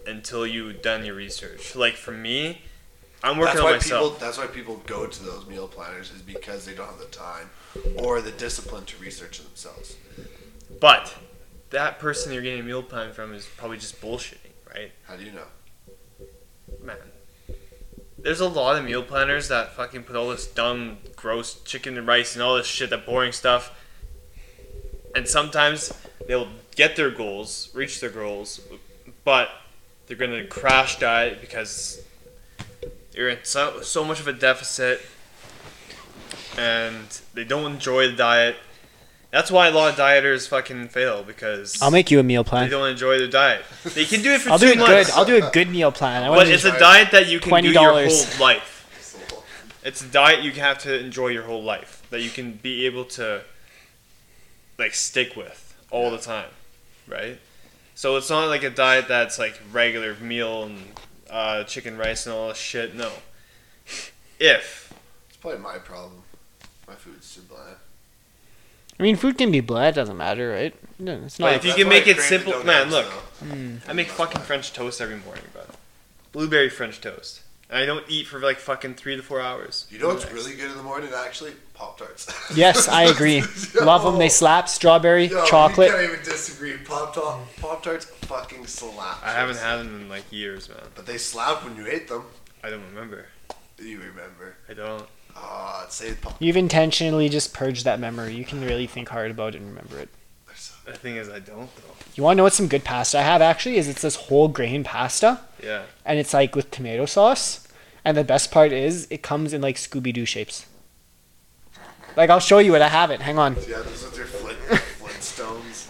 Speaker 3: until you've done your research. Like for me, I'm working
Speaker 5: that's
Speaker 3: on
Speaker 5: why
Speaker 3: myself.
Speaker 5: people. That's why people go to those meal planners is because they don't have the time or the discipline to research it themselves.
Speaker 3: But that person you're getting a meal plan from is probably just bullshitting, right?
Speaker 5: How do you know? (laughs)
Speaker 3: Man. There's a lot of meal planners that fucking put all this dumb, gross chicken and rice and all this shit, that boring stuff. And sometimes they'll get their goals, reach their goals, but they're gonna crash diet because you're in so, so much of a deficit and they don't enjoy the diet. That's why a lot of dieters fucking fail because
Speaker 4: I'll make you a meal
Speaker 3: they
Speaker 4: plan.
Speaker 3: don't enjoy their diet. They can do it for
Speaker 4: I'll
Speaker 3: two
Speaker 4: do a
Speaker 3: months.
Speaker 4: good. I'll do a good meal plan. I want
Speaker 3: But
Speaker 4: to
Speaker 3: it's a diet that you can do your
Speaker 4: $20.
Speaker 3: whole life. It's a diet you have to enjoy your whole life that you can be able to like stick with all the time, right? So it's not like a diet that's like regular meal and uh, chicken rice and all this shit. No. If
Speaker 5: It's probably my problem. My food's too bland.
Speaker 4: I mean, food can be bland. Doesn't matter, right? No, it's
Speaker 3: But
Speaker 4: not.
Speaker 3: if you
Speaker 5: That's
Speaker 3: can
Speaker 5: why
Speaker 3: make
Speaker 5: I
Speaker 3: it
Speaker 5: crave the
Speaker 3: simple,
Speaker 5: donuts,
Speaker 3: man. Look,
Speaker 5: though.
Speaker 3: I make fucking French toast every morning, bro. Blueberry French toast. And I don't eat for like fucking three to four hours.
Speaker 5: You know what's really good in the morning? Actually, Pop Tarts.
Speaker 4: (laughs) Yes, I
Speaker 3: (laughs)
Speaker 5: (laughs)
Speaker 4: agree. Love them. They slap. Strawberry,
Speaker 5: You
Speaker 4: chocolate.
Speaker 5: can't even disagree. Pop Pop Tarts fucking slap.
Speaker 3: I haven't had them in like years, man.
Speaker 5: But they slapped when you ate them.
Speaker 3: I don't remember.
Speaker 5: You remember?
Speaker 3: I don't.
Speaker 5: Ah, it saved Pop.
Speaker 4: You've intentionally just purged that memory. You can really think hard about it and remember it.
Speaker 3: The thing is, I don't though.
Speaker 4: You want to know what some good pasta I have actually is it's this whole grain pasta
Speaker 3: Yeah.
Speaker 4: and it's like with tomato sauce. And the best part is it comes in like Scooby Doo shapes. Like I'll show you it. I have it. Hang on.
Speaker 5: Yeah, those with your Flint,
Speaker 4: (laughs)
Speaker 5: Flintstones.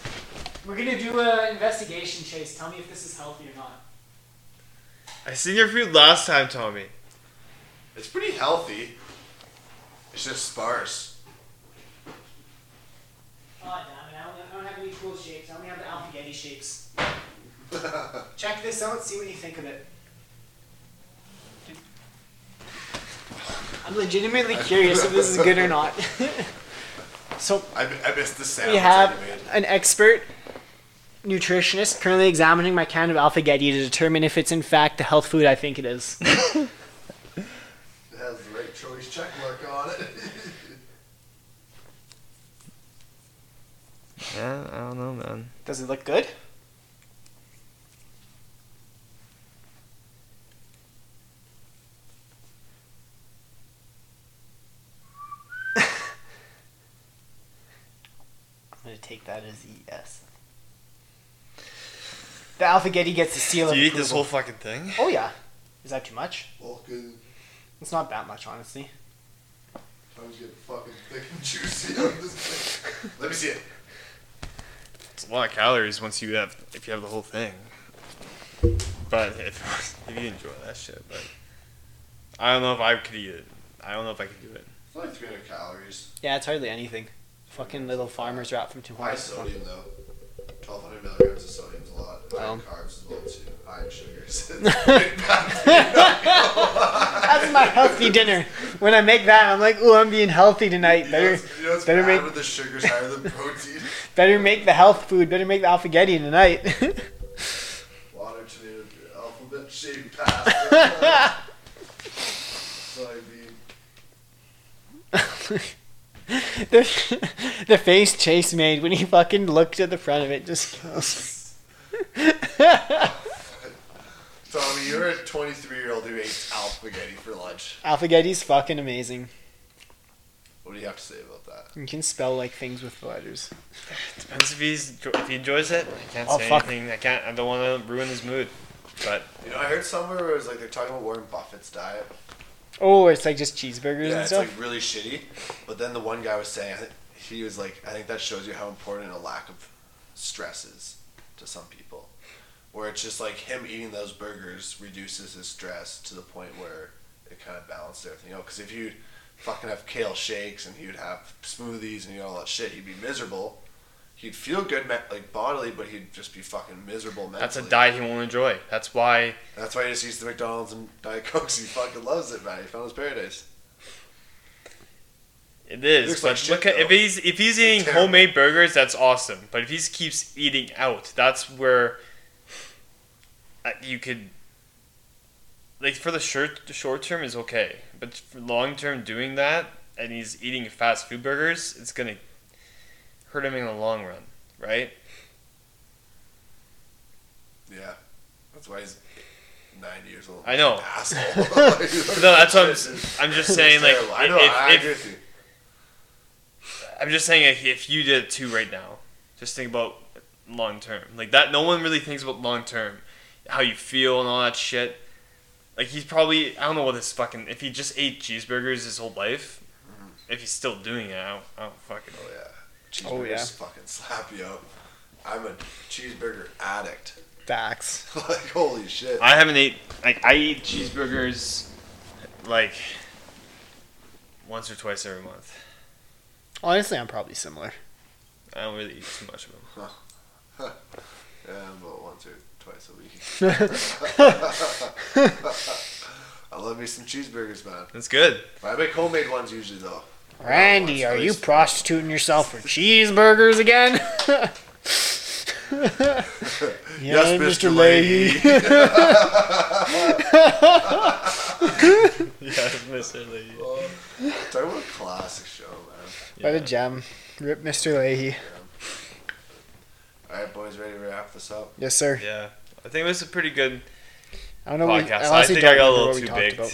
Speaker 4: We're gonna do an investigation chase. Tell me if this is healthy or not.
Speaker 3: I seen your food last time, Tommy.
Speaker 5: It's pretty healthy. It's just sparse.
Speaker 4: Oh damn it! I don't, I don't have any cool shapes. I only have the alphabetti shapes. Check this out. See what you think of it. I'm legitimately curious if this is good or not. (laughs) so
Speaker 5: I, I missed the sound.
Speaker 4: we have an expert nutritionist currently examining my can of alphagetti to determine if it's in fact the health food I think it is.
Speaker 5: It has the right choice check mark on it. (laughs)
Speaker 3: Yeah, I don't know, man.
Speaker 4: Does it look good? (laughs) I'm gonna take that as a yes. The alphagetti gets the seal
Speaker 3: Do
Speaker 4: of
Speaker 3: you eat this whole
Speaker 4: approval.
Speaker 3: fucking thing?
Speaker 4: Oh yeah. Is that too much?
Speaker 5: Vulcan
Speaker 4: It's not that much, honestly.
Speaker 5: tongues get fucking thick and juicy on this thing. Let me see it.
Speaker 3: It's a lot of calories once you have if you have the whole thing. But if, (laughs) if you enjoy that shit, but I don't know if I could eat it. I don't know if I could do it.
Speaker 5: It's only 300 calories.
Speaker 4: Yeah, it's hardly anything. Fucking little farmer's wrap from Tim
Speaker 5: High
Speaker 4: Hortons. (laughs)
Speaker 5: sodium though. 1200 milligrams of sodium is a lot. High
Speaker 4: Well.
Speaker 5: carbs as well too. High
Speaker 4: (laughs)
Speaker 5: in sugars.
Speaker 4: That's my healthy dinner. When I make that, I'm like, ooh, I'm being healthy tonight.
Speaker 5: (laughs) You know
Speaker 4: Better,
Speaker 5: what's- you know what's
Speaker 4: better
Speaker 5: bad
Speaker 4: make-
Speaker 5: when the sugar's higher than
Speaker 4: (laughs)
Speaker 5: protein?
Speaker 4: better make the health food. Better make the alphagetti tonight. (laughs)
Speaker 5: Water, tomato, alphabet shaped
Speaker 4: (laughs)
Speaker 5: pasta. Soybean.
Speaker 4: the, the face Chase made when he fucking looked at the front of it just kills.
Speaker 5: Tommy, you're a 23 year old who ate alphagetti for lunch.
Speaker 4: (laughs) Alphagetti's fucking amazing.
Speaker 5: What do you have to say about that?
Speaker 4: You can spell like things with letters.
Speaker 3: Depends if he's if he enjoys it. I can't
Speaker 4: Oh,
Speaker 3: say
Speaker 4: fuck.
Speaker 3: anything. I can't. I don't want to ruin his mood. But
Speaker 5: You know, I heard somewhere where it was like they're talking about Warren Buffett's diet.
Speaker 4: Oh, it's like just cheeseburgers
Speaker 5: Yeah,
Speaker 4: and
Speaker 5: it's
Speaker 4: stuff.
Speaker 5: like really shitty. But then the one guy was saying, I think- he was like, I think that shows you how important a lack of stress is to some people. Where it's just like him eating those burgers reduces his stress to the point where it kind of balanced everything out. Because if you'd fucking have kale shakes and he'd have smoothies and you know, all that shit, he'd be miserable. He'd feel good, me- like bodily, but he'd just be fucking miserable mentally.
Speaker 3: that's a diet he won't enjoy. That's why.
Speaker 5: That's why he just eats the McDonald's and Diet Cokes. He fucking loves it, man. He found his paradise.
Speaker 3: It is,
Speaker 5: Looks
Speaker 3: but
Speaker 5: like shit,
Speaker 3: look at, if
Speaker 5: though.
Speaker 3: he's if he's eating
Speaker 5: terrible.
Speaker 3: homemade burgers, that's awesome. But if he keeps eating out, that's where uh, you could like for the short the short term is okay, but for long term doing that and he's eating fast food burgers, it's gonna hurt him in the long run, right?
Speaker 5: Yeah. That's why he's 90 years old.
Speaker 3: I know.
Speaker 5: Asshole.
Speaker 3: (laughs) No, that's
Speaker 5: (laughs)
Speaker 3: what I'm. s- I'm just saying. Like,
Speaker 5: Terrible. I know.
Speaker 3: if-
Speaker 5: I
Speaker 3: if-
Speaker 5: agree with you.
Speaker 3: I'm just saying like, if you did it too right now, just think about long term. Like that no one really thinks about long term. How you feel and all that shit. Like he's probably I don't know what this fucking if he just ate cheeseburgers his whole life, if he's still doing it, I don't, I don't fucking
Speaker 5: Oh,
Speaker 3: know.
Speaker 5: yeah. Cheeseburgers
Speaker 4: Oh, yeah.
Speaker 5: fucking slap you up. I'm a cheeseburger addict. (laughs)
Speaker 4: Facts.
Speaker 5: like, holy shit.
Speaker 3: I haven't ate like I eat cheeseburgers like once or twice every month.
Speaker 4: Honestly, I'm probably similar.
Speaker 3: I don't really eat too much of them.
Speaker 5: Yeah, about once or twice
Speaker 4: (laughs)
Speaker 5: a week. (laughs) I love me some cheeseburgers, man.
Speaker 3: That's good.
Speaker 5: I make homemade ones usually, though.
Speaker 4: Randy,
Speaker 5: Once,
Speaker 4: are
Speaker 5: at
Speaker 4: you
Speaker 5: least.
Speaker 4: prostituting yourself for cheeseburgers again? (laughs)
Speaker 5: yes, Mr. Leahy.
Speaker 3: Yeah, Mr. Lee.
Speaker 5: (laughs) Talk about a classic show, man.
Speaker 4: What a gem. Rip Mr. Leahy.
Speaker 5: All right, boys, ready to wrap this up?
Speaker 4: Yes, sir.
Speaker 3: Yeah. I think this is pretty good
Speaker 4: I don't know.
Speaker 3: podcast.
Speaker 4: honestly
Speaker 3: I think
Speaker 4: don't
Speaker 3: I got a
Speaker 4: remember
Speaker 3: little
Speaker 4: what we
Speaker 3: too
Speaker 4: talked
Speaker 3: big.
Speaker 4: about.